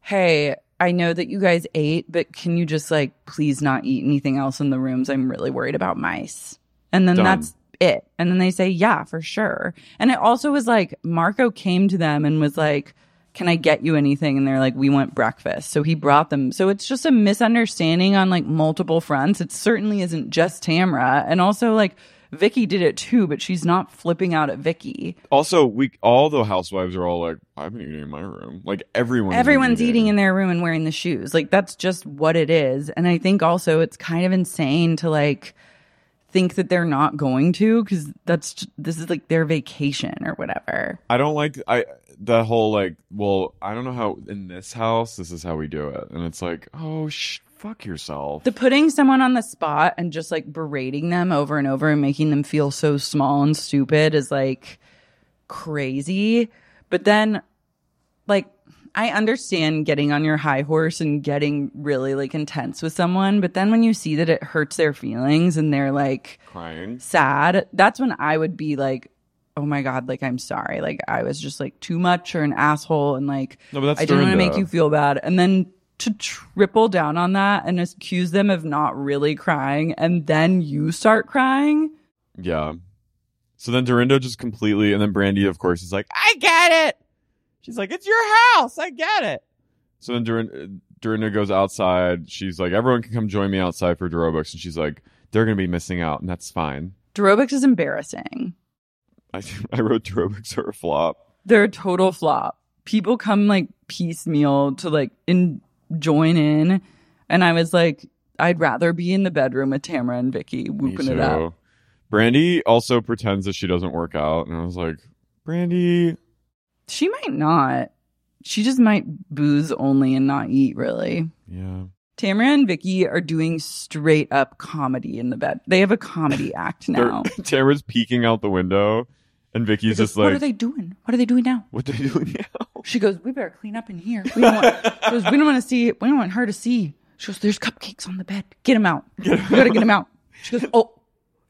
Speaker 3: hey, I know that you guys ate, but can you just like please not eat anything else in the rooms? I'm really worried about mice. And then
Speaker 4: Done.
Speaker 3: that's it. And then they say, yeah, for sure. And it also was like, Marco came to them and was like, can I get you anything? And they're like, we want breakfast. So he brought them. So it's just a misunderstanding on like multiple fronts. It certainly isn't just Tamra. And also like Vicky did it too, but she's not flipping out at Vicky.
Speaker 4: also we all the housewives are all like I've been eating in my room like everyone's been
Speaker 3: everyone's eating in their room and wearing the shoes like that's just what it is and i think also it's kind of insane to like think that they're not going to because that's j- this is like their vacation or whatever
Speaker 4: I don't like I the whole like well I don't know how in this house this is how we do it and it's like oh sh- fuck yourself
Speaker 3: the putting someone on the spot and just like berating them over and over and making them feel so small and stupid is like crazy but then like I understand getting on your high horse and getting really like intense with someone, but then when you see that it hurts their feelings and they're like
Speaker 4: crying
Speaker 3: sad, that's when I would be like, oh my God, like I'm sorry. Like I was just like too much or an asshole and like
Speaker 4: No, but that's
Speaker 3: I didn't want to
Speaker 4: Dorinda.
Speaker 3: make you feel bad. And then to triple down on that and accuse them of not really crying and then you start crying.
Speaker 4: Yeah. So then Dorinda just completely, and then Brandy, of course, is like, I get it. She's like, it's your house. I get it. So then Dorinda, Dorinda goes outside. She's like, everyone can come join me outside for Dorobux. And she's like, they're going to be missing out, and that's fine.
Speaker 3: Dorobix is embarrassing.
Speaker 4: I, I wrote Dorobux are a flop.
Speaker 3: They're a total flop. People come like piecemeal to like in join in. And I was like, I'd rather be in the bedroom with Tamara and Vicky
Speaker 4: Me
Speaker 3: whooping it
Speaker 4: too.
Speaker 3: up.
Speaker 4: Brandy also pretends that she doesn't work out. And I was like, Brandy,
Speaker 3: She might not. She just might booze only and not eat really.
Speaker 4: yeah.
Speaker 3: Tamara and Vicky are doing straight up comedy in the bed. They have a comedy act now.
Speaker 4: They're- Tamara's peeking out the window, and Vicky's
Speaker 3: They're
Speaker 4: just
Speaker 3: what are
Speaker 4: like,
Speaker 3: they doing? What are they doing now?
Speaker 4: what they doing now?
Speaker 3: She goes, "We better clean up in here. We don't want, she goes, we don't want to see. We don't want her to see." She goes, "There's cupcakes on the bed. Get them out. You gotta get them out." She goes, "Oh."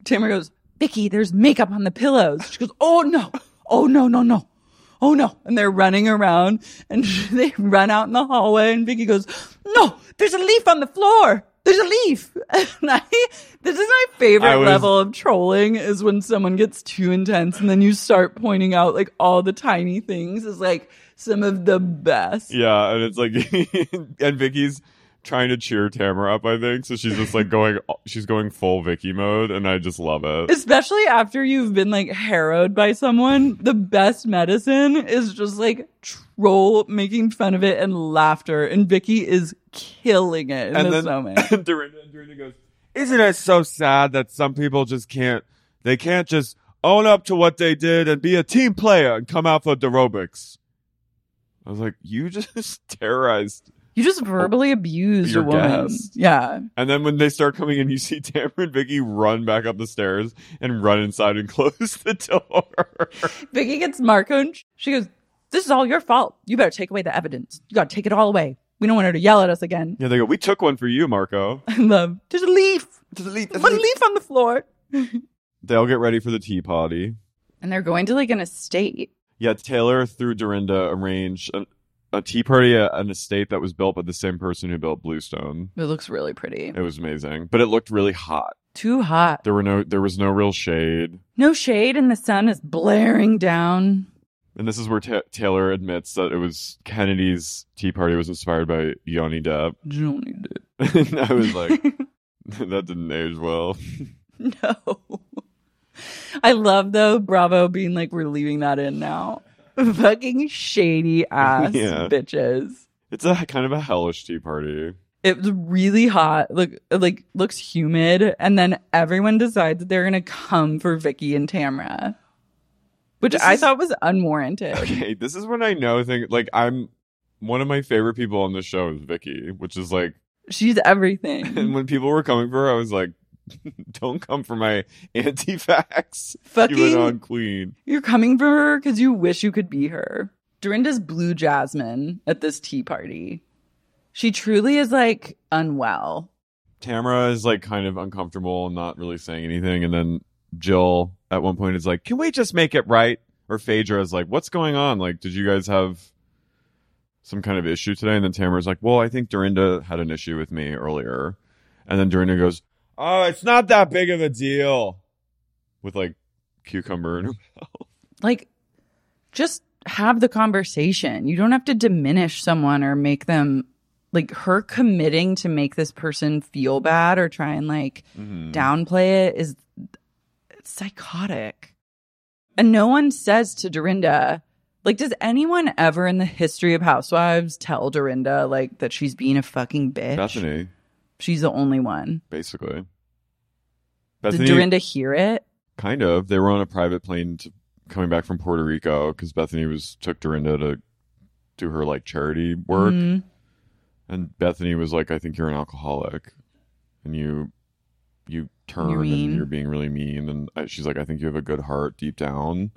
Speaker 3: Tamara goes, "Vicky, there's makeup on the pillows." She goes, "Oh no. Oh no. No no. Oh no!" And they're running around, and they run out in the hallway, and Vicky goes, "No, there's a leaf on the floor." There's a leaf. And I, this is my favorite
Speaker 4: I was-
Speaker 3: level level of trolling is when someone gets too intense and then you start pointing out like all the tiny things is like some of the best.
Speaker 4: Yeah, and it's like, and Vicky's trying to cheer Tamara up, I think. So she's just like going, she's going full Vicky mode, and I just love it.
Speaker 3: Especially after you've been like harrowed by someone, the best medicine is just like troll making fun of it and laughter. And Vicky is killing it in
Speaker 4: and then
Speaker 3: this moment.
Speaker 4: Dorinda, Dorinda goes, "Isn't it so sad that some people just can't? They can't just own up to what they did and be a team player and come out for aerobics." I was like, "You just terrorized."
Speaker 3: You just verbally abused
Speaker 4: Your
Speaker 3: a woman.
Speaker 4: guest.
Speaker 3: Yeah.
Speaker 4: And then when they start coming in, you see Tamara and Vicky run back up the stairs and run inside and close the door.
Speaker 3: Vicky gets Marco and sh- she goes, This is all your fault. You better take away the evidence. You got to take it all away. We don't want her to yell at us again.
Speaker 4: yeah, they go, "We took one for you, Marco."
Speaker 3: I love, there's a leaf.
Speaker 4: Just leave-
Speaker 3: What a leaf on the floor.
Speaker 4: They all get ready for the tea party.
Speaker 3: And they're going to like an estate.
Speaker 4: Yeah, Taylor through Dorinda arranged an, a tea party at an estate that was built by the same person who built Bluestone.
Speaker 3: It looks really pretty.
Speaker 4: It was amazing, but it looked really hot.
Speaker 3: Too hot.
Speaker 4: There were no, there was no real shade,
Speaker 3: No shade, and the sun is blaring down.
Speaker 4: and this is where Ta Taylor admits that it was Kennedy's tea party was inspired by Yoni Depp.
Speaker 3: Johnny Depp.
Speaker 4: and I was like, that didn't age well.
Speaker 3: No. I love though Bravo being like, we're leaving that in now. Fucking shady ass
Speaker 4: Yeah.
Speaker 3: bitches.
Speaker 4: It's a kind of a hellish tea party.
Speaker 3: It was really hot. Look, it, like looks humid, and then everyone decides that they're gonna come for Vicky and Tamra, which I thought was unwarranted.
Speaker 4: Okay, this is when I know things. Like I'm one of my favorite people on this show is Vicky, which is like
Speaker 3: She's
Speaker 4: And
Speaker 3: everything.
Speaker 4: when people were coming for her, I was like, don't come for my anti-vax. You went
Speaker 3: Fucking-
Speaker 4: on queen.
Speaker 3: You're coming for her because you wish you could be her. Dorinda's blue jasmine at this tea party. She truly is like unwell.
Speaker 4: Tamara is like kind of uncomfortable and not really saying anything. And then Jill at one point is like, can we just make it right? Or Phaedra is like, what's going on? Like, did you guys have some kind of issue today? And then Tamara's like, well, I think Dorinda had an issue with me earlier. And then Dorinda goes, oh, it's not that big of a deal. With like cucumber in her
Speaker 3: Like, just have the conversation. You don't have to diminish someone or make them like her committing to make this person feel bad or try and like downplay it is it's psychotic. And no one says to Dorinda, like, does anyone ever in the history of Housewives tell Dorinda like that she's being a fucking bitch?
Speaker 4: Bethany,
Speaker 3: She's the only one.
Speaker 4: basically.
Speaker 3: Did Dorinda hear it?
Speaker 4: Kind of. They were on a private plane to, coming back from Puerto Rico because Bethany was took Dorinda to do her like charity work,
Speaker 3: Mhm.
Speaker 4: and Bethany was like, "I think you're an alcoholic, and you you turn
Speaker 3: mean."
Speaker 4: and you're being really mean." And I, she's like, "I think you have a good heart deep down,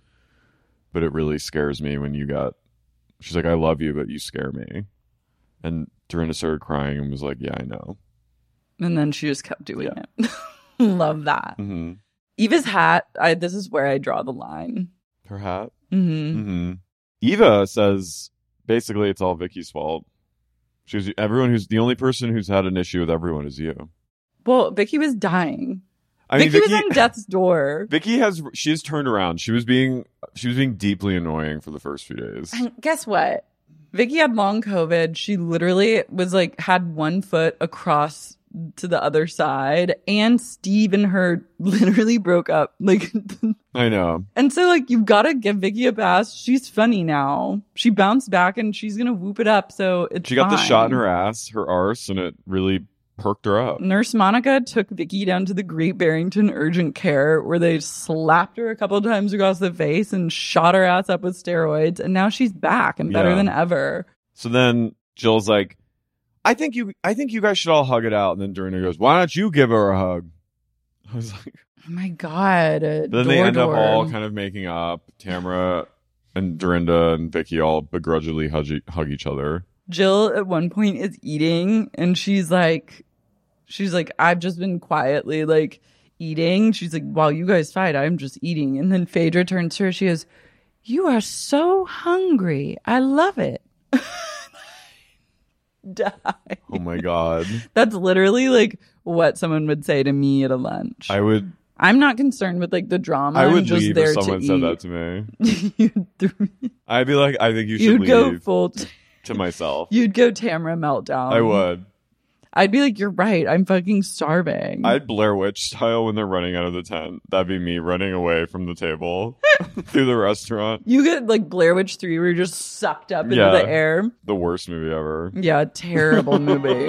Speaker 4: but it really scares me when you got." She's like, "I love you, but you scare me," and Dorinda started crying and was like, "Yeah, I know."
Speaker 3: And then she just kept doing it. Love that.
Speaker 4: Mm-hmm.
Speaker 3: Eva's hat. I, this is where I draw the line.
Speaker 4: Her hat.
Speaker 3: hmm
Speaker 4: hmm Eva says basically it's all Vicky's fault. She was everyone who's the only person who's had an issue with everyone is you.
Speaker 3: Well, Vicky was dying.
Speaker 4: I
Speaker 3: Vicky,
Speaker 4: mean, Vicky,
Speaker 3: was on death's door.
Speaker 4: Vicky has she's turned around. She was being she was being deeply annoying for the first few days.
Speaker 3: And guess what? Vicky had long COVID. She literally was like had one foot across to the other side, and Steve and her literally broke up. Like,
Speaker 4: I know.
Speaker 3: and so like you've got to give Vicky a pass. She's funny now. She bounced back, and she's gonna whoop it up. So it's
Speaker 4: She got the
Speaker 3: fine.
Speaker 4: shot in her ass, her arse, and it really perked her up.
Speaker 3: Nurse Monica took Vicky down to the Great Barrington Urgent Care where they slapped her a couple times across the face and shot her ass up with steroids. And now she's back and better
Speaker 4: Yeah.
Speaker 3: than ever.
Speaker 4: So then Jill's like, I think you I think you guys should all hug it out. And then Dorinda goes, Why don't you give her a hug? I was like,
Speaker 3: Oh my God.
Speaker 4: But then they end up all kind of making up. Tamara and Dorinda and Vicky all begrudgingly hug, e- hug each other.
Speaker 3: Jill at one point is eating and she's like, she's like, I've just been quietly like eating. She's like, while you guys fight, I'm just eating. And then Phaedra turns to her. She goes, You are so hungry. I love it. Die.
Speaker 4: Oh my god!
Speaker 3: That's literally like what someone would say to me at a lunch.
Speaker 4: I would,
Speaker 3: I, am not concerned with like the drama.
Speaker 4: I
Speaker 3: I'm
Speaker 4: would
Speaker 3: just
Speaker 4: leave
Speaker 3: there
Speaker 4: if someone
Speaker 3: to
Speaker 4: said
Speaker 3: eat.
Speaker 4: that to me.
Speaker 3: you'd, th-
Speaker 4: I'd be like, I think you should
Speaker 3: you'd go
Speaker 4: leave
Speaker 3: full.
Speaker 4: to myself.
Speaker 3: Um, you'd go Tamara meltdown.
Speaker 4: I would.
Speaker 3: I'd be like, you're right. I'm fucking starving.
Speaker 4: I'd Blair Witch style when they're running out of the tent. That'd be me running away from the table through the restaurant.
Speaker 3: you get like Blair Witch 3 where you're just sucked up into
Speaker 4: Yeah.
Speaker 3: the air.
Speaker 4: The worst movie ever.
Speaker 3: Yeah, terrible movie.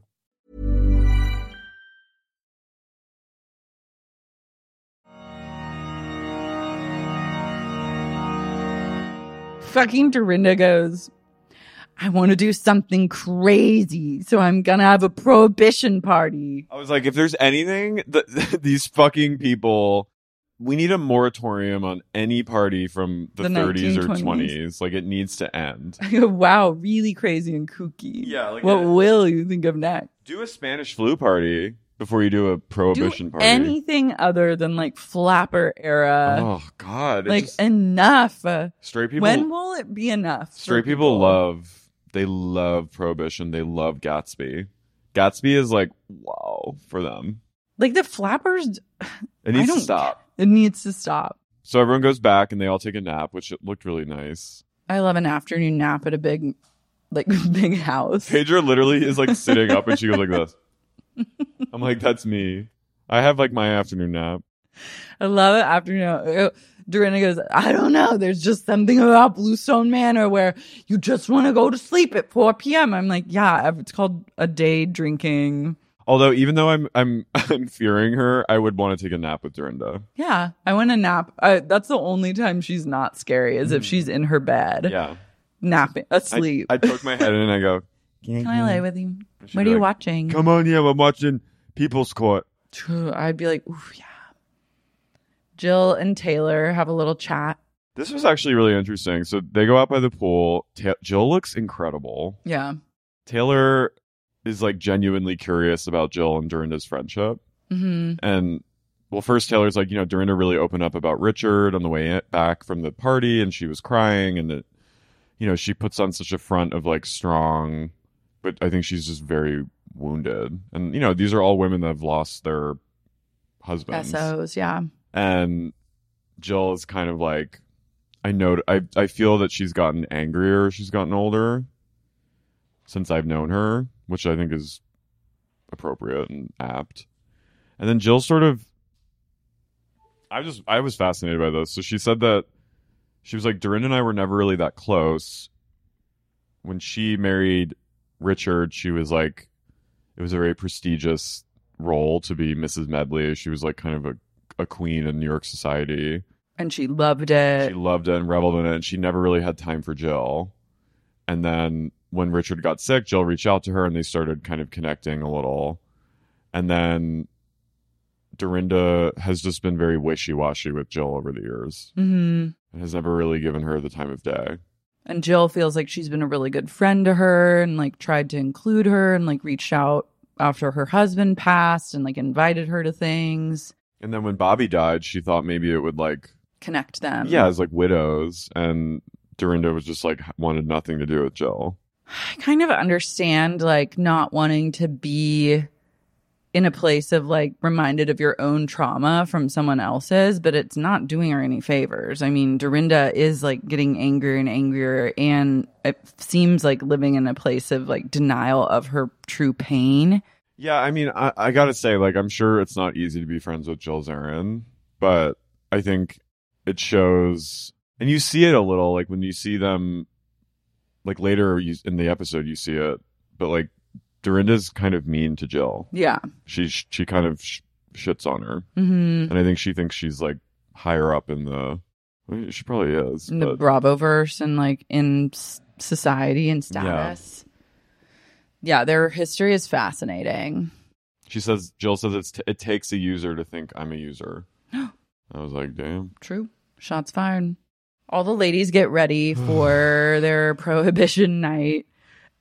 Speaker 3: fucking Dorinda goes, I want to do something crazy, so I'm gonna have a prohibition party.
Speaker 4: I was like, if there's anything that these fucking people, we need a moratorium on any party from the,
Speaker 3: The
Speaker 4: 30s or
Speaker 3: 1920s.
Speaker 4: 20s. Like it needs to end.
Speaker 3: I go, wow, really crazy and kooky.
Speaker 4: Yeah, like
Speaker 3: what
Speaker 4: a-
Speaker 3: will you think of next?
Speaker 4: Do a Spanish flu party before you do a prohibition
Speaker 3: do
Speaker 4: party.
Speaker 3: anything other than like flapper era.
Speaker 4: oh God! it
Speaker 3: uh, like
Speaker 4: just-
Speaker 3: enough.
Speaker 4: straight people.
Speaker 3: when will it be enough? for
Speaker 4: straight people love. They love prohibition. They love Gatsby. Gatsby is like wow for them.
Speaker 3: like the flappers.
Speaker 4: It
Speaker 3: I
Speaker 4: needs to
Speaker 3: don't-
Speaker 4: stop.
Speaker 3: It needs to stop.
Speaker 4: So everyone goes back and they all take a nap, which it looked really nice.
Speaker 3: I love an afternoon nap at a big, like big house.
Speaker 4: Pedro literally is like sitting up and she goes like this. I'm like, that's me. I have like my afternoon nap.
Speaker 3: I love it. Afternoon. uh, Dorinda goes, I don't know. There's just something about Bluestone Manor where you just want to go to sleep at 4 p.m. I'm like, yeah, I've- it's called a day drinking.
Speaker 4: Although even though I'm I'm I'm fearing her, I would want to take a nap with Dorinda.
Speaker 3: Yeah, I want to nap. I, that's the only time she's not scary is if she's in her bed,
Speaker 4: Hmm. Yeah.
Speaker 3: napping, asleep.
Speaker 4: I, I poke my head in and I go,
Speaker 3: Can I lay with you?
Speaker 4: She'd
Speaker 3: What
Speaker 4: be
Speaker 3: are you
Speaker 4: like,
Speaker 3: watching?
Speaker 4: Come on, yeah, I'm watching People's Court.
Speaker 3: True. I'd be like, ooh, yeah. Jill and Taylor have a little chat.
Speaker 4: This was actually really interesting. So they go out by the pool. Ta- Jill looks incredible.
Speaker 3: Yeah.
Speaker 4: Taylor is like genuinely curious about Jill and Dorinda's friendship.
Speaker 3: hmm
Speaker 4: And well, first Taylor's like, you know, Dorinda really opened up about Richard on the way in- back from the party, and she was crying, and that, you know, she puts on such a front of like strong, but I think she's just very wounded. And you know, these are all women that have lost their husbands
Speaker 3: SOs. Yeah.
Speaker 4: and Jill is kind of like I know I I feel that she's gotten angrier, as she's gotten older since I've known her, which I think is appropriate and apt. And then Jill sort of I just I was fascinated by this. So she said that she was like Dorinda and I were never really that close. When she married Richard, she was like it was a very prestigious role to be Mrs. Medley. She was like kind of a a queen in New York society.
Speaker 3: And she loved
Speaker 4: She
Speaker 3: it.
Speaker 4: loved it and reveled in it, and she never really had time for Jill. And then when Richard got sick, Jill reached out to her and they started kind of connecting a little. And then Dorinda has just been very wishy washy with Jill over the years
Speaker 3: hmm
Speaker 4: and has never really given her the time of day.
Speaker 3: And Jill feels like she's been a really good friend to her and like tried to include her and like reached out after her husband passed and like invited her to things,
Speaker 4: And then when Bobby died, she thought maybe it would like,
Speaker 3: connect them.
Speaker 4: yeah, it's like widows. And Dorinda was just like, wanted nothing to do with Jill.
Speaker 3: I kind of understand like not wanting to be in a place of like reminded of your own trauma from someone else's, but it's not doing her any favors. I mean, Dorinda is like getting angrier and angrier and it seems like living in a place of like denial of her true pain.
Speaker 4: Yeah, I mean, I, I gotta say, like, I'm sure it's not easy to be friends with Jill Zarin, but I think it shows, and you see it a little, like when you see them, like later you, in the episode, you see it, but like Dorinda's kind of mean to Jill.
Speaker 3: Yeah.
Speaker 4: She she kind of sh- shits on her,
Speaker 3: Mhm.
Speaker 4: and I think she thinks she's like higher up in the. I mean, she probably is.
Speaker 3: in the
Speaker 4: but-
Speaker 3: Bravo verse and like in s- society and status. Yeah. their history is fascinating.
Speaker 4: She says, Jill says it's t- it takes a user to think I'm a user. I was like, damn.
Speaker 3: True. Shots fired. All the ladies get ready for their prohibition night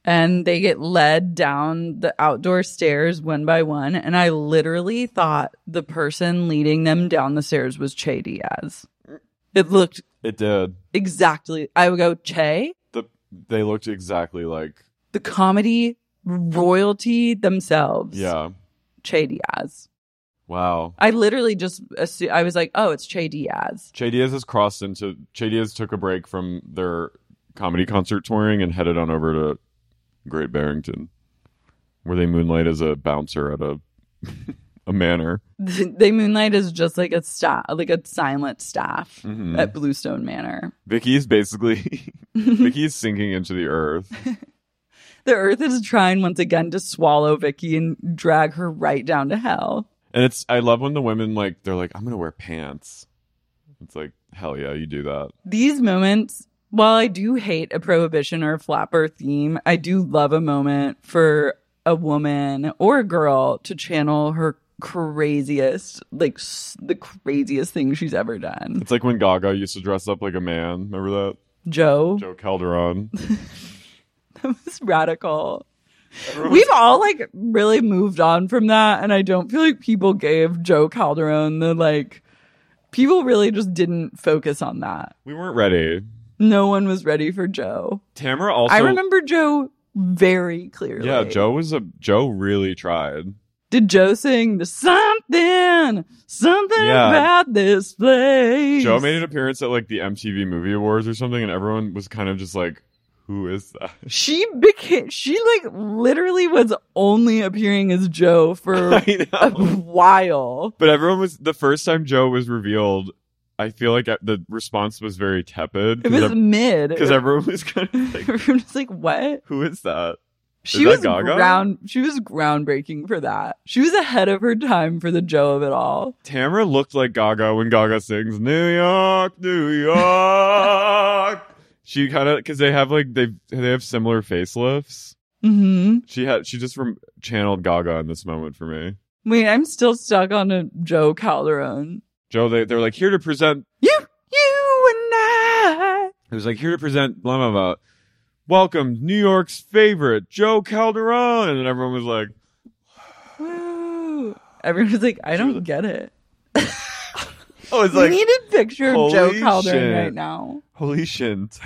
Speaker 3: and they get led down the outdoor stairs one by one. And I literally thought the person leading them down the stairs was Che Diaz. It looked
Speaker 4: It did.
Speaker 3: exactly, I would go, Che?
Speaker 4: The they looked exactly like
Speaker 3: The comedy royalty themselves.
Speaker 4: yeah.
Speaker 3: Che Diaz.
Speaker 4: Wow.
Speaker 3: I literally just assu- I was like, oh, it's Che Diaz.
Speaker 4: Che Diaz has crossed into Che Diaz took a break from their comedy concert touring and headed on over to Great Barrington, where they moonlight as a bouncer at a a manor.
Speaker 3: they moonlight is just like a staff, like a silent staff
Speaker 4: Mhm.
Speaker 3: at Bluestone Manor.
Speaker 4: Vicky's basically Vicky's sinking into the earth.
Speaker 3: The Earth is trying once again to swallow Vicky and drag her right down to hell.
Speaker 4: And it's I love when the women like they're like, I'm gonna wear pants. It's like, hell yeah, you do that.
Speaker 3: These moments, while I do hate a prohibition or a flapper theme, I do love a moment for a woman or a girl to channel her craziest, like s- the craziest thing she's ever done.
Speaker 4: It's like when Gaga used to dress up like a man. Remember that?
Speaker 3: Joe.
Speaker 4: Joe Calderon.
Speaker 3: It's radical. We've all like really moved on from that, and I don't feel like people gave Joe Calderon the like. People really just didn't focus on that.
Speaker 4: we weren't ready.
Speaker 3: No one was ready for Joe.
Speaker 4: Tamara also
Speaker 3: I remember Joe very clearly.
Speaker 4: Yeah, Joe was a Joe really tried.
Speaker 3: Did Joe sing the something, something
Speaker 4: Yeah.
Speaker 3: about this place?
Speaker 4: Joe made an appearance at like the MTV Movie Awards or something, and everyone was kind of just like, "Who is that?"
Speaker 3: She became. She like literally was only appearing as Joe for a while.
Speaker 4: But everyone was the first time Joe was revealed. I feel like uh, the response was very tepid.
Speaker 3: It was mid
Speaker 4: because everyone was kind of
Speaker 3: Everyone was like, "What?"
Speaker 4: who is that? Is
Speaker 3: She
Speaker 4: that
Speaker 3: was
Speaker 4: Gaga?
Speaker 3: ground. She was groundbreaking for that. She was ahead of her time for the Joe of it all.
Speaker 4: Tamara looked like Gaga when Gaga sings New York, New York. she kind of because they have like they they have similar facelifts.
Speaker 3: hmm
Speaker 4: She had she just rem- channeled Gaga in this moment for me.
Speaker 3: Wait, I'm still stuck on a Joe Calderon.
Speaker 4: Joe, they they're like here to present.
Speaker 3: You and I.
Speaker 4: It was like here to present blah blah blah. Welcome New York's favorite Joe Calderon, and then everyone was like,
Speaker 3: Woo. Everyone was like, "I don't get it."
Speaker 4: "Oh, it's
Speaker 3: We
Speaker 4: like
Speaker 3: need a picture of Joe
Speaker 4: holy
Speaker 3: Calderon
Speaker 4: shit.
Speaker 3: right now.
Speaker 4: holy shit."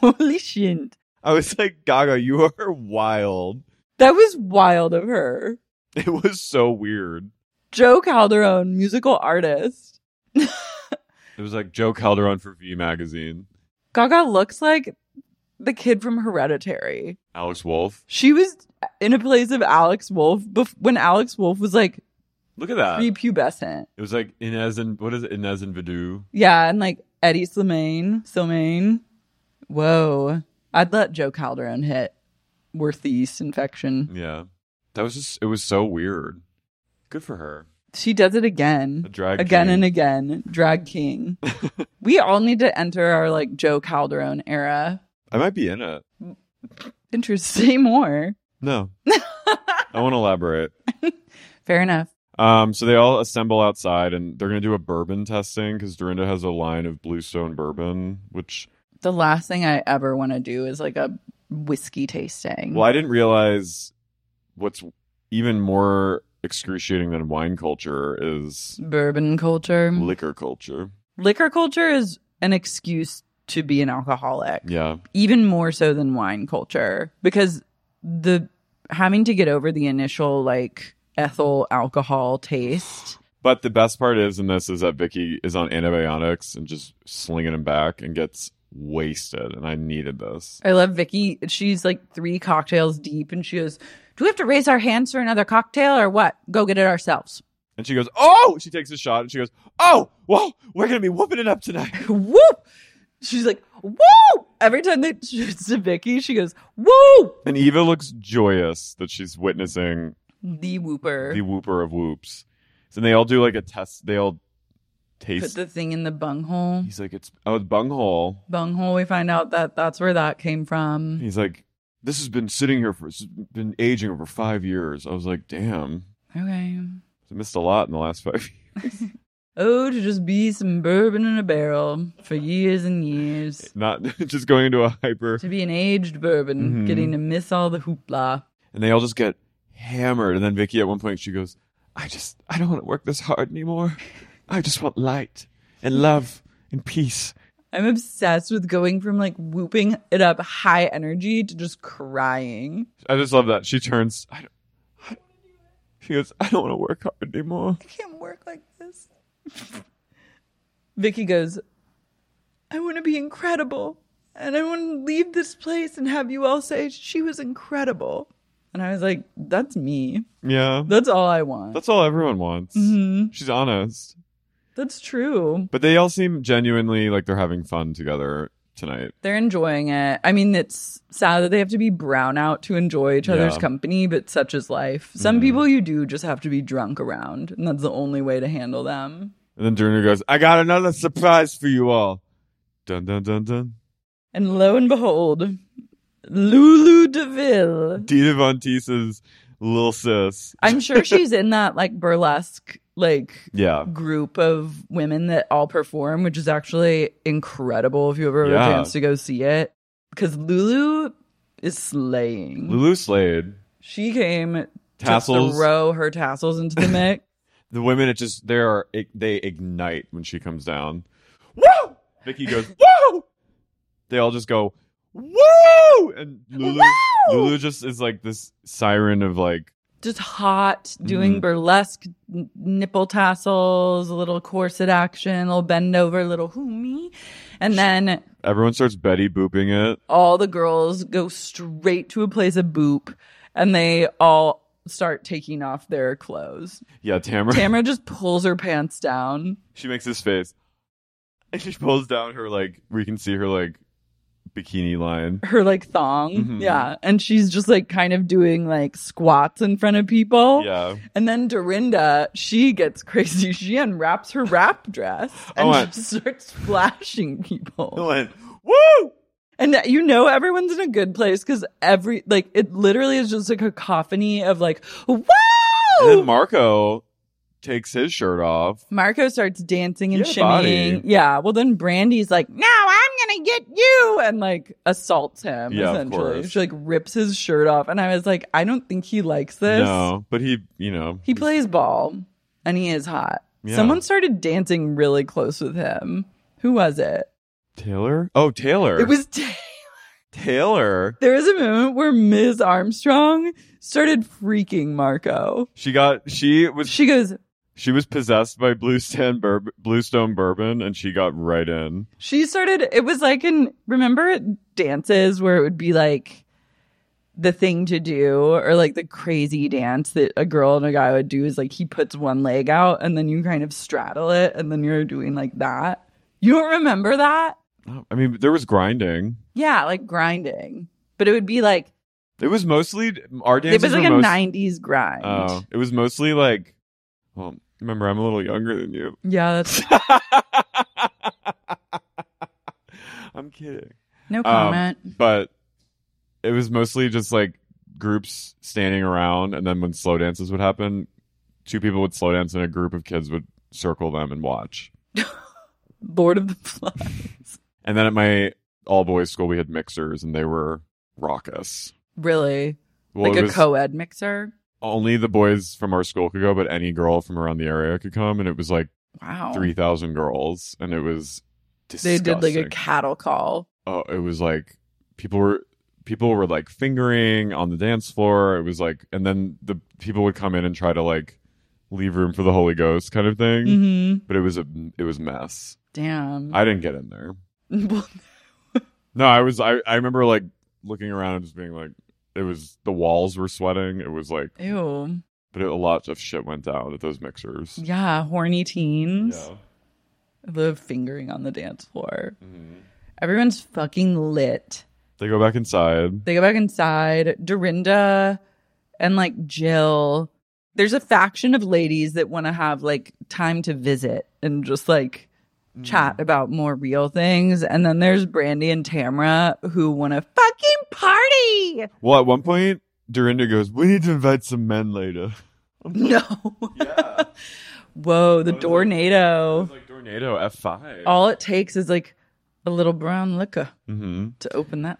Speaker 3: Holy shit,
Speaker 4: I was like, Gaga, you are wild.
Speaker 3: that was wild of her.
Speaker 4: It was so weird.
Speaker 3: Joe Calderon, musical artist.
Speaker 4: It was like Joe Calderon for V magazine.
Speaker 3: Gaga looks like the kid from Hereditary.
Speaker 4: Alex Wolf.
Speaker 3: She was in a place of Alex Wolf bef- when Alex Wolf was like
Speaker 4: Look at that.
Speaker 3: prepubescent.
Speaker 4: It was like Inez and what is it? Inez and Vidu.
Speaker 3: Yeah, and like Eddie Slimane, Slimane. Whoa, I'd let Joe Calderon hit Worthies infection.
Speaker 4: Yeah, that was just. It was so weird. Good for her.
Speaker 3: She does it again,
Speaker 4: A drag
Speaker 3: again
Speaker 4: king.
Speaker 3: and again. Drag king. we all need to enter our like Joe Calderon era.
Speaker 4: I might be in it.
Speaker 3: Interest, say more.
Speaker 4: No, I want to elaborate.
Speaker 3: Fair enough.
Speaker 4: Um, so they all assemble outside, and they're gonna do a bourbon testing because Dorinda has a line of Bluestone bourbon. Which,
Speaker 3: The last thing I ever want to do is like a whiskey tasting.
Speaker 4: well, I didn't realize what's even more excruciating than wine culture is
Speaker 3: Bourbon culture.
Speaker 4: liquor culture.
Speaker 3: liquor culture is an excuse to be an alcoholic
Speaker 4: Yeah,
Speaker 3: even more so than wine culture because the having to get over the initial like ethyl alcohol taste
Speaker 4: But the best part is in this is that Vicky is on antibiotics and just slinging him back and gets wasted. And I needed this.
Speaker 3: i love vicky she's like three cocktails deep and she goes do we have to raise our hands for another cocktail or what go get it ourselves
Speaker 4: And she goes, "Oh!" She takes a shot and she goes, "Oh, well, we're gonna be whooping it up tonight."
Speaker 3: Whoop! She's like, whoop! Every time that shoots to Vicky, she goes, whoop!
Speaker 4: And Eva looks joyous that she's witnessing
Speaker 3: The whooper.
Speaker 4: the whooper of whoops. So they all do like a test. They all
Speaker 3: Put
Speaker 4: taste.
Speaker 3: the thing in the bunghole.
Speaker 4: He's like, "It's oh, it's bunghole."
Speaker 3: Bunghole, we find out that that's where that came from.
Speaker 4: He's like, "This has been sitting here for, it's been aging over five years." I was like, "Damn,
Speaker 3: Okay.
Speaker 4: I missed a lot in the last five
Speaker 3: Oh, to just be some bourbon in a barrel for years and years.
Speaker 4: not just going into a hyper
Speaker 3: To be an aged bourbon,
Speaker 4: Mhm.
Speaker 3: getting to miss all the hoopla.
Speaker 4: and they all just get hammered and then vicky at one point she goes i just i don't want to work this hard anymore i just want light and love and peace
Speaker 3: I'm obsessed with going from like whooping it up high energy to just crying.
Speaker 4: i just love that she turns I don't, I- she goes i don't want to work hard anymore
Speaker 3: can't work like this. Vicky goes, I want to be incredible. And I want to leave this place and have you all say she was incredible. And I was like, that's me.
Speaker 4: yeah
Speaker 3: That's all I want.
Speaker 4: that's all everyone wants
Speaker 3: Mhm.
Speaker 4: she's honest
Speaker 3: That's true.
Speaker 4: but they all seem genuinely like they're having fun together tonight
Speaker 3: They're enjoying it. I mean, it's sad that they have to be brown out to enjoy each other's
Speaker 4: Yeah. Mm.
Speaker 3: company, but such is life. Some people you do just have to be drunk around, and that's the only way to handle them.
Speaker 4: and then Durner goes i got another surprise for you all dun dun dun dun
Speaker 3: And lo and behold, Lulu Deville.
Speaker 4: Dita Von Teese's little sis.
Speaker 3: I'm sure she's in that like burlesque like
Speaker 4: Yeah.
Speaker 3: group of women that all perform, which is actually incredible if you ever have
Speaker 4: Yeah.
Speaker 3: a chance to go see it. Because Lulu is slaying.
Speaker 4: Lulu Slade.
Speaker 3: She came
Speaker 4: Tassels.
Speaker 3: to throw her tassels into the mix.
Speaker 4: The women, it just they are they ignite when she comes down.
Speaker 3: Woo!
Speaker 4: Vicky goes woo. They all just go woo, and Lulu Lulu just is like this siren of like
Speaker 3: Just hot, doing
Speaker 4: Mhm.
Speaker 3: burlesque n- nipple tassels, a little corset action, a little bend over, a little who me. And then
Speaker 4: everyone starts Betty booping it.
Speaker 3: all the girls go straight to a place of boop and they all start taking off their clothes.
Speaker 4: Yeah, Tamara.
Speaker 3: Tamara just pulls her pants down.
Speaker 4: She makes this face, and she pulls down her like we can see her like bikini line.
Speaker 3: Her like thong.
Speaker 4: Mhm.
Speaker 3: Yeah. And she's just like kind of doing like squats in front of people.
Speaker 4: Yeah.
Speaker 3: And then Dorinda, she gets crazy. She unwraps her wrap dress and
Speaker 4: Oh, I- Oh,
Speaker 3: she starts flashing people.
Speaker 4: I went woo.
Speaker 3: And you know everyone's in a good place because every like it literally is just a cacophony of like wow.
Speaker 4: And
Speaker 3: Oh.
Speaker 4: then Marco takes his shirt off.
Speaker 3: Marco starts dancing and
Speaker 4: Yeah,
Speaker 3: shimmying.
Speaker 4: body.
Speaker 3: Yeah. Well, then Brandy's like, "Now I'm gonna get you," and like assaults him.
Speaker 4: Yeah, of
Speaker 3: essentially,
Speaker 4: course.
Speaker 3: she like rips his shirt off, and I was like, I don't think he likes this.
Speaker 4: No, but he, you know,
Speaker 3: He plays ball, and he is hot.
Speaker 4: Yeah.
Speaker 3: Someone started dancing really close with him. Who was it?
Speaker 4: Taylor. Oh, Taylor.
Speaker 3: It was. Taylor.
Speaker 4: Taylor.
Speaker 3: There was a moment where Ms. Armstrong started freaking Marco.
Speaker 4: She got. She was. She,
Speaker 3: She goes,
Speaker 4: was possessed by Blue Stan Bur- Bluestone Bourbon, and she got right in.
Speaker 3: She started, it was like in, remember dances where it would be like the thing to do or like the crazy dance that a girl and a guy would do is like he puts one leg out and then you kind of straddle it and then you're doing like that. You don't remember that?
Speaker 4: I mean, there was grinding.
Speaker 3: Yeah, like grinding. But it would be like,
Speaker 4: It was mostly our dances.
Speaker 3: it was like
Speaker 4: were
Speaker 3: a
Speaker 4: most-
Speaker 3: 90s grind.
Speaker 4: Oh, it was mostly like. Well, remember, I'm a little younger than you.
Speaker 3: Yeah, that's
Speaker 4: I'm kidding.
Speaker 3: no
Speaker 4: Um,
Speaker 3: comment.
Speaker 4: but it was mostly just like groups standing around, and then when slow dances would happen, two people would slow dance, and a group of kids would circle them and watch.
Speaker 3: Lord of the Flies.
Speaker 4: And then at my all boys school, we had mixers, and they were raucous.
Speaker 3: really?
Speaker 4: Well,
Speaker 3: like
Speaker 4: it
Speaker 3: a
Speaker 4: was-
Speaker 3: co ed mixer?
Speaker 4: Only the boys from our school could go, but any girl from around the area could come, and it was like
Speaker 3: Wow.
Speaker 4: three thousand girls, and it was
Speaker 3: Oh. they
Speaker 4: disgusting.
Speaker 3: did like a cattle call.
Speaker 4: oh, it was like people were people were like fingering on the dance floor. It was like, and then the people would come in and try to like leave room for the Holy Ghost kind of thing.
Speaker 3: Mm-hmm.
Speaker 4: But it was a it was a mess.
Speaker 3: Damn.
Speaker 4: Mm. I didn't get in there.
Speaker 3: Well,
Speaker 4: No, I was I I remember like looking around and just being like, it was the walls were sweating. It was like
Speaker 3: Ew.
Speaker 4: But a lot of shit went down at those mixers.
Speaker 3: Yeah, horny teens.
Speaker 4: Yeah.
Speaker 3: The fingering on the dance floor.
Speaker 4: Mm-hmm.
Speaker 3: Everyone's fucking lit.
Speaker 4: They go back inside.
Speaker 3: They go back inside. Dorinda and like Jill. There's a faction of ladies that want to have like time to visit and just like chat about more real things. And then there's Brandy and Tamara who want to fucking party.
Speaker 4: Well, at one point, Dorinda goes, "We need to invite some men later."
Speaker 3: No. Whoa, the tornado.
Speaker 4: Tornado F five.
Speaker 3: All it takes is like a little brown liquor
Speaker 4: Mm-hmm.
Speaker 3: to open that.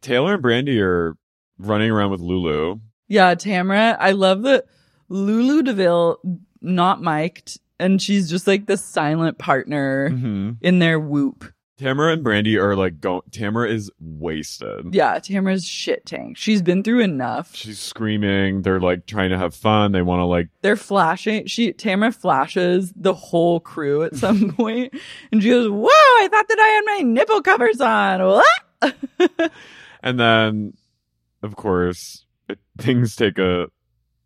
Speaker 4: Taylor and Brandy are running around with Lulu.
Speaker 3: Yeah, Tamara. I love that Lulu Deville not mic'd, and she's just like the silent partner
Speaker 4: Mhm.
Speaker 3: in their whoop.
Speaker 4: Tamara and Brandy are like going. Tamara is wasted.
Speaker 3: Yeah, Tamara's shit tank. She's been through enough.
Speaker 4: She's screaming. They're like trying to have fun. They want to like.
Speaker 3: They're flashing. She Tamara flashes the whole crew at some point, and she goes, "Whoa! I thought that I had my nipple covers on. What?"
Speaker 4: And then, of course, it, things take a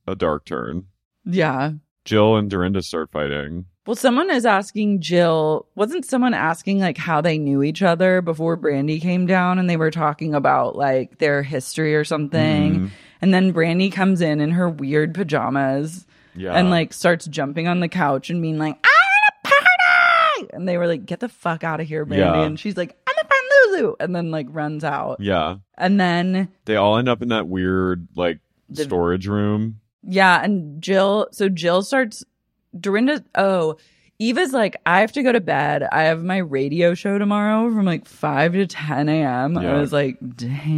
Speaker 4: a dark turn.
Speaker 3: Yeah.
Speaker 4: Jill and Dorinda start fighting.
Speaker 3: Well, someone is asking Jill, wasn't someone asking like how they knew each other before Brandy came down and they were talking about like their history or something?
Speaker 4: Mhm.
Speaker 3: And then Brandy comes in in her weird pajamas
Speaker 4: Yeah.
Speaker 3: and like starts jumping on the couch and being like, I'm at a party. And they were like, get the fuck out of here, Brandy.
Speaker 4: Yeah.
Speaker 3: And she's like, I'm a friend Lulu. And then like runs out.
Speaker 4: Yeah.
Speaker 3: And then
Speaker 4: They all end up in that weird like
Speaker 3: The-
Speaker 4: storage room.
Speaker 3: Yeah, and Jill. So Jill starts. Dorinda. Oh, Eva's like, I have to go to bed. I have my radio show tomorrow from like five to ten a.m.
Speaker 7: Yeah.
Speaker 3: I was like,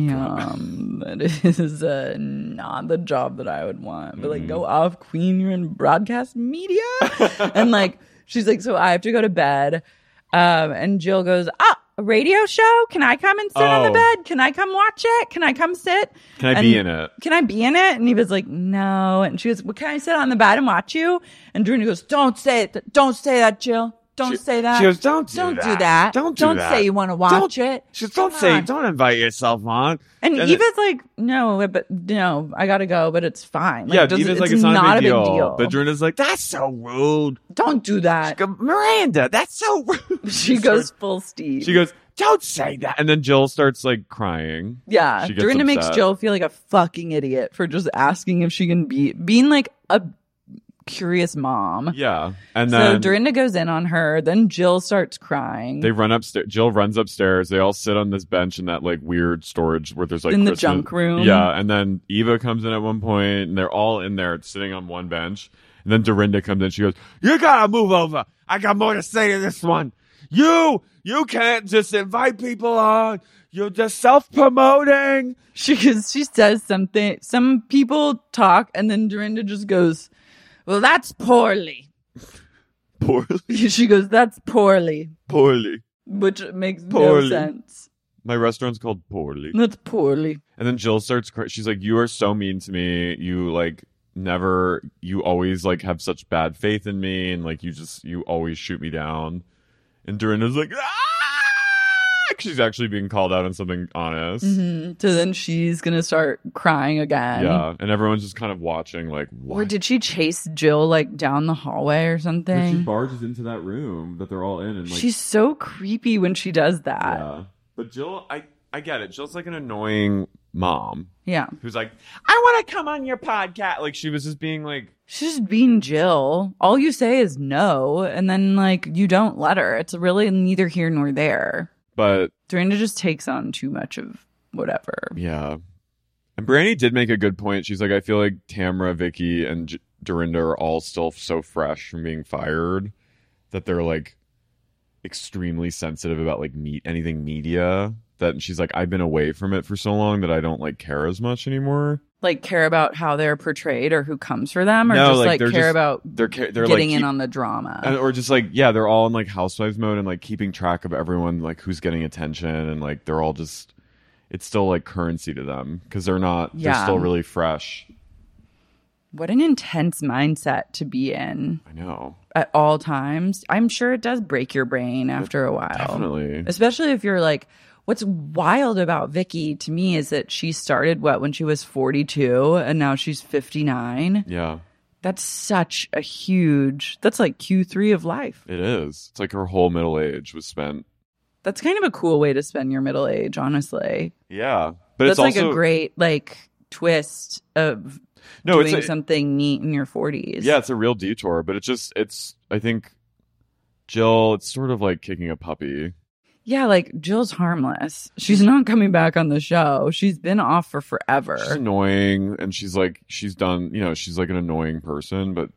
Speaker 3: damn, that is uh, not the job that I would want. But
Speaker 4: Mm-hmm.
Speaker 3: like, go off, Queen. You're in broadcast media, and like, she's like, so I have to go to bed. Um, and Jill goes, ah. A radio show? Can I come and sit on the
Speaker 4: Oh.
Speaker 3: bed? Can I come watch it? Can I come sit?
Speaker 4: Can I
Speaker 3: And-
Speaker 4: be in it?
Speaker 3: can I be in it? And he was like, no. And she was, well, can I sit on the bed and watch you? And Dorinda goes, don't say it. Don't say that, Jill. Don't
Speaker 5: She-
Speaker 3: say that.
Speaker 5: she goes, "Don't do
Speaker 3: don't do
Speaker 5: that.
Speaker 3: that.
Speaker 5: Don't do
Speaker 3: don't
Speaker 5: that.
Speaker 3: say you want to watch it.
Speaker 5: She says, don't
Speaker 3: Come
Speaker 5: say,
Speaker 3: on."
Speaker 5: don't invite yourself on.
Speaker 3: And,
Speaker 5: then-
Speaker 3: Eva's like, no, but no, I gotta go, but it's fine. Like,
Speaker 4: yeah,
Speaker 3: doesn't-
Speaker 4: Eva's like it's, not, a big deal. But Dorinda's like,
Speaker 5: that's so rude.
Speaker 3: Don't do that.
Speaker 5: Miranda, that's so rude.
Speaker 3: she goes full Steve.
Speaker 4: she goes,
Speaker 5: don't say that.
Speaker 4: and then Jill starts like crying.
Speaker 3: Yeah,
Speaker 4: She gets
Speaker 3: Dorinda makes
Speaker 4: upset.
Speaker 3: Jill feel like a fucking idiot for just asking if she can be being like a curious mom.
Speaker 4: Yeah, and
Speaker 3: so
Speaker 4: then
Speaker 3: Dorinda goes in on her. Then Jill starts crying.
Speaker 4: they run upstairs. Jill runs upstairs. They all sit on this bench in that like weird storage where there's like
Speaker 3: In the
Speaker 4: Christmas-
Speaker 3: junk room.
Speaker 4: Yeah, and then Eva comes in at one point, and they're all in there sitting on one bench. And then Dorinda comes in. She goes,
Speaker 5: You gotta move over. I got more to say to this one. You, you can't just invite people on. You're just self promoting.
Speaker 3: she goes, she says something. Some people talk, and then Dorinda just goes, "Well, that's poorly."
Speaker 4: "Poorly,
Speaker 3: she goes, "That's poorly,"
Speaker 4: poorly.
Speaker 3: which makes
Speaker 4: Poorly.
Speaker 3: no sense.
Speaker 4: My restaurant's called Poorly."
Speaker 3: That's poorly.
Speaker 4: And then Jill starts. Cr- she's like, "You are so mean to me. You like never. You always like have such bad faith in me, and like you just you always shoot me down." And Dorinda's like, "Ah!" She's actually being called out on something honest.
Speaker 3: Mhm. So then she's gonna start crying again.
Speaker 4: Yeah, and everyone's just kind of watching. Like, what?
Speaker 3: Or did she chase Jill like down the hallway or
Speaker 4: When she
Speaker 3: something?
Speaker 4: barges into that room that they're all in, and like
Speaker 3: She's so creepy when she does that.
Speaker 4: yeah. But Jill, I I get it. Jill's like an annoying mom
Speaker 3: Yeah.
Speaker 4: who's like,
Speaker 5: I want to come on your podcast.
Speaker 4: like she was just being like,
Speaker 3: She's just being Jill. All you say is no, and then like you don't let her. It's really neither here nor there.
Speaker 4: but
Speaker 3: Dorinda just takes on too much of whatever.
Speaker 4: Yeah. And Brandy did make a good point. She's like, I feel like Tamara, Vicky, and J- Dorinda are all still so fresh from being fired that they're like extremely sensitive about like meet anything media. That and she's like, I've been away from it for so long that I don't like care as much anymore.
Speaker 3: Like care about how they're portrayed or who comes for them, or
Speaker 4: No,
Speaker 3: just
Speaker 4: like,
Speaker 3: like,
Speaker 4: they're
Speaker 3: care
Speaker 4: just-
Speaker 3: about
Speaker 4: They're ca- they're
Speaker 3: getting
Speaker 4: like,
Speaker 3: in
Speaker 4: keep-
Speaker 3: on the drama.
Speaker 4: and- or just like yeah, they're all in like housewives mode and like keeping track of everyone like who's getting attention and like they're all just it's still like currency to them because they're not they're
Speaker 3: Yeah.
Speaker 4: still really fresh.
Speaker 3: what an intense mindset to be in
Speaker 4: I know.
Speaker 3: at all times. I'm sure it does break your brain after a while.
Speaker 4: Definitely.
Speaker 3: Especially if you're like, what's wild about Vicky to me is that she started what when she was 42 and now she's 59.
Speaker 4: Yeah.
Speaker 3: That's such a huge. That's like Q3 of life.
Speaker 4: It is. It's like her whole middle age was spent.
Speaker 3: That's kind of a cool way to spend your middle age, honestly.
Speaker 4: Yeah, but
Speaker 3: But
Speaker 4: it's
Speaker 3: that's like
Speaker 4: also
Speaker 3: a great like twist of
Speaker 4: No, it's
Speaker 3: doing
Speaker 4: a-
Speaker 3: something neat in your 40s.
Speaker 4: yeah, it's a real detour. But it's just it's. I think Jill. It's sort of like kicking a puppy.
Speaker 3: Yeah, like Jill's harmless. She's not coming back on the show. She's been off for forever.
Speaker 4: She's annoying, and she's like she's done. You know, she's like an annoying person, but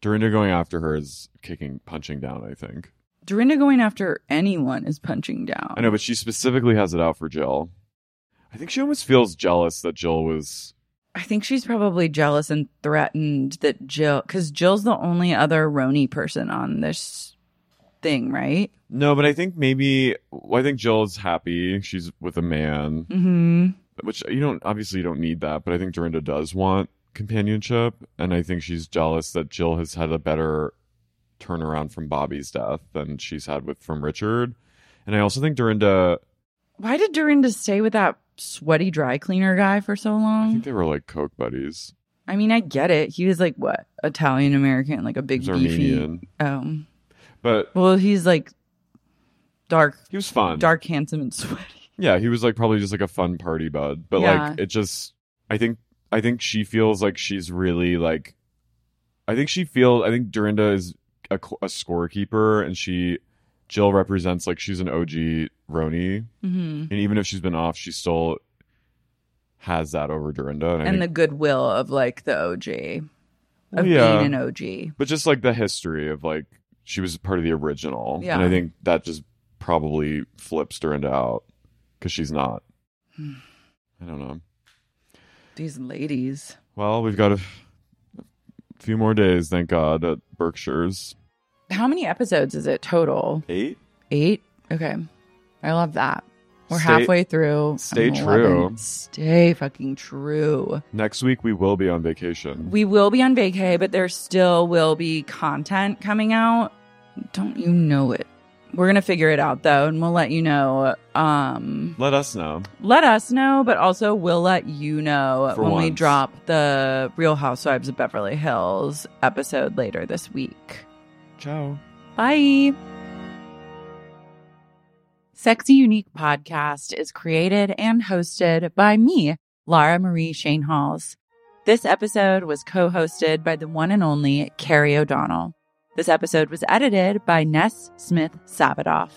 Speaker 4: Dorinda going after her is kicking, punching down. I think.
Speaker 3: Dorinda going after anyone is punching down.
Speaker 4: I know, but she specifically has it out for Jill. I think she almost feels jealous that Jill was.
Speaker 3: I think she's probably jealous and threatened that Jill, because Jill's the only other Roni person on this thing, right?
Speaker 4: No, but I think maybe. Well, I think Jill's happy. She's with a man,
Speaker 3: Mm-hmm.
Speaker 4: which you don't obviously you don't need that. But I think Dorinda does want companionship, and I think she's jealous that Jill has had a better turnaround from Bobby's death than she's had with from Richard. And I also think Dorinda.
Speaker 3: Why did Dorinda stay with that sweaty dry cleaner guy for so
Speaker 4: I
Speaker 3: long?
Speaker 4: think they were like coke buddies.
Speaker 3: I mean, I get it. He was like what Italian American, like a big
Speaker 4: He's
Speaker 3: beefy.
Speaker 4: Armenian.
Speaker 3: Um,
Speaker 4: But
Speaker 3: well, he's like dark.
Speaker 4: He was fun.
Speaker 3: dark, handsome, and sweaty.
Speaker 4: Yeah, he was like probably just like a fun party bud, but like
Speaker 3: Yeah.
Speaker 4: it just I think I think she feels like she's really like I think she feels I think Dorinda is a, co- a scorekeeper and she Jill represents like she's an OG Roni
Speaker 3: Mhm.
Speaker 4: and even if she's been off, she still has that over Dorinda and, I
Speaker 3: and the
Speaker 4: think,
Speaker 3: goodwill of like the OG of
Speaker 4: Yeah.
Speaker 3: being an OG.
Speaker 4: but just like the history of like she was part of the original
Speaker 3: Yeah.
Speaker 4: and I think that just probably flips Dorinda out because she's not.
Speaker 3: Hmm.
Speaker 4: I don't know.
Speaker 3: These ladies.
Speaker 4: Well, we've got a f- few more days, thank God, at Berkshire's.
Speaker 3: How many episodes is it total?
Speaker 4: Eight?
Speaker 3: Eight. Okay, I love that. We're
Speaker 4: Stay-
Speaker 3: halfway through.
Speaker 4: stay
Speaker 3: I'm loving
Speaker 4: true.
Speaker 3: it. Stay fucking true.
Speaker 4: Next week, we will be on vacation.
Speaker 3: We will be on vacay, but there still will be content coming out. Don't you know it? We're gonna figure it out though, and we'll let you know. Um,
Speaker 4: Let us know.
Speaker 3: let us know, but also we'll let you know
Speaker 4: For
Speaker 3: when we
Speaker 4: once.
Speaker 3: drop the Real Housewives of Beverly Hills episode later this week.
Speaker 4: Ciao.
Speaker 3: Bye. Sexy Unique Podcast is created and hosted by me, Lara Marie Shane Halls. This episode was co hosted by the one and only Carrie O'Donnell. This episode was edited by Ness Smith Savadoff.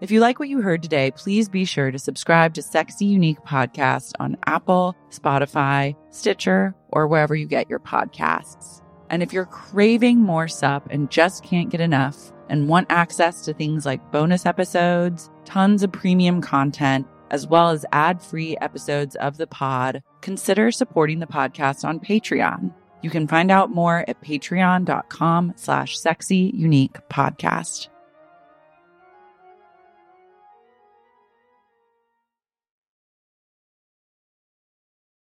Speaker 3: If you like what you heard today, please be sure to subscribe to Sexy Unique Podcast on Apple, Spotify, Stitcher, or wherever you get your podcasts. And if you're craving more sup and just can't get enough and want access to things like bonus episodes, tons of premium content, as well as ad free episodes of the pod, consider supporting the podcast on Patreon. You can find out more at patreon.com slash sexy unique podcast.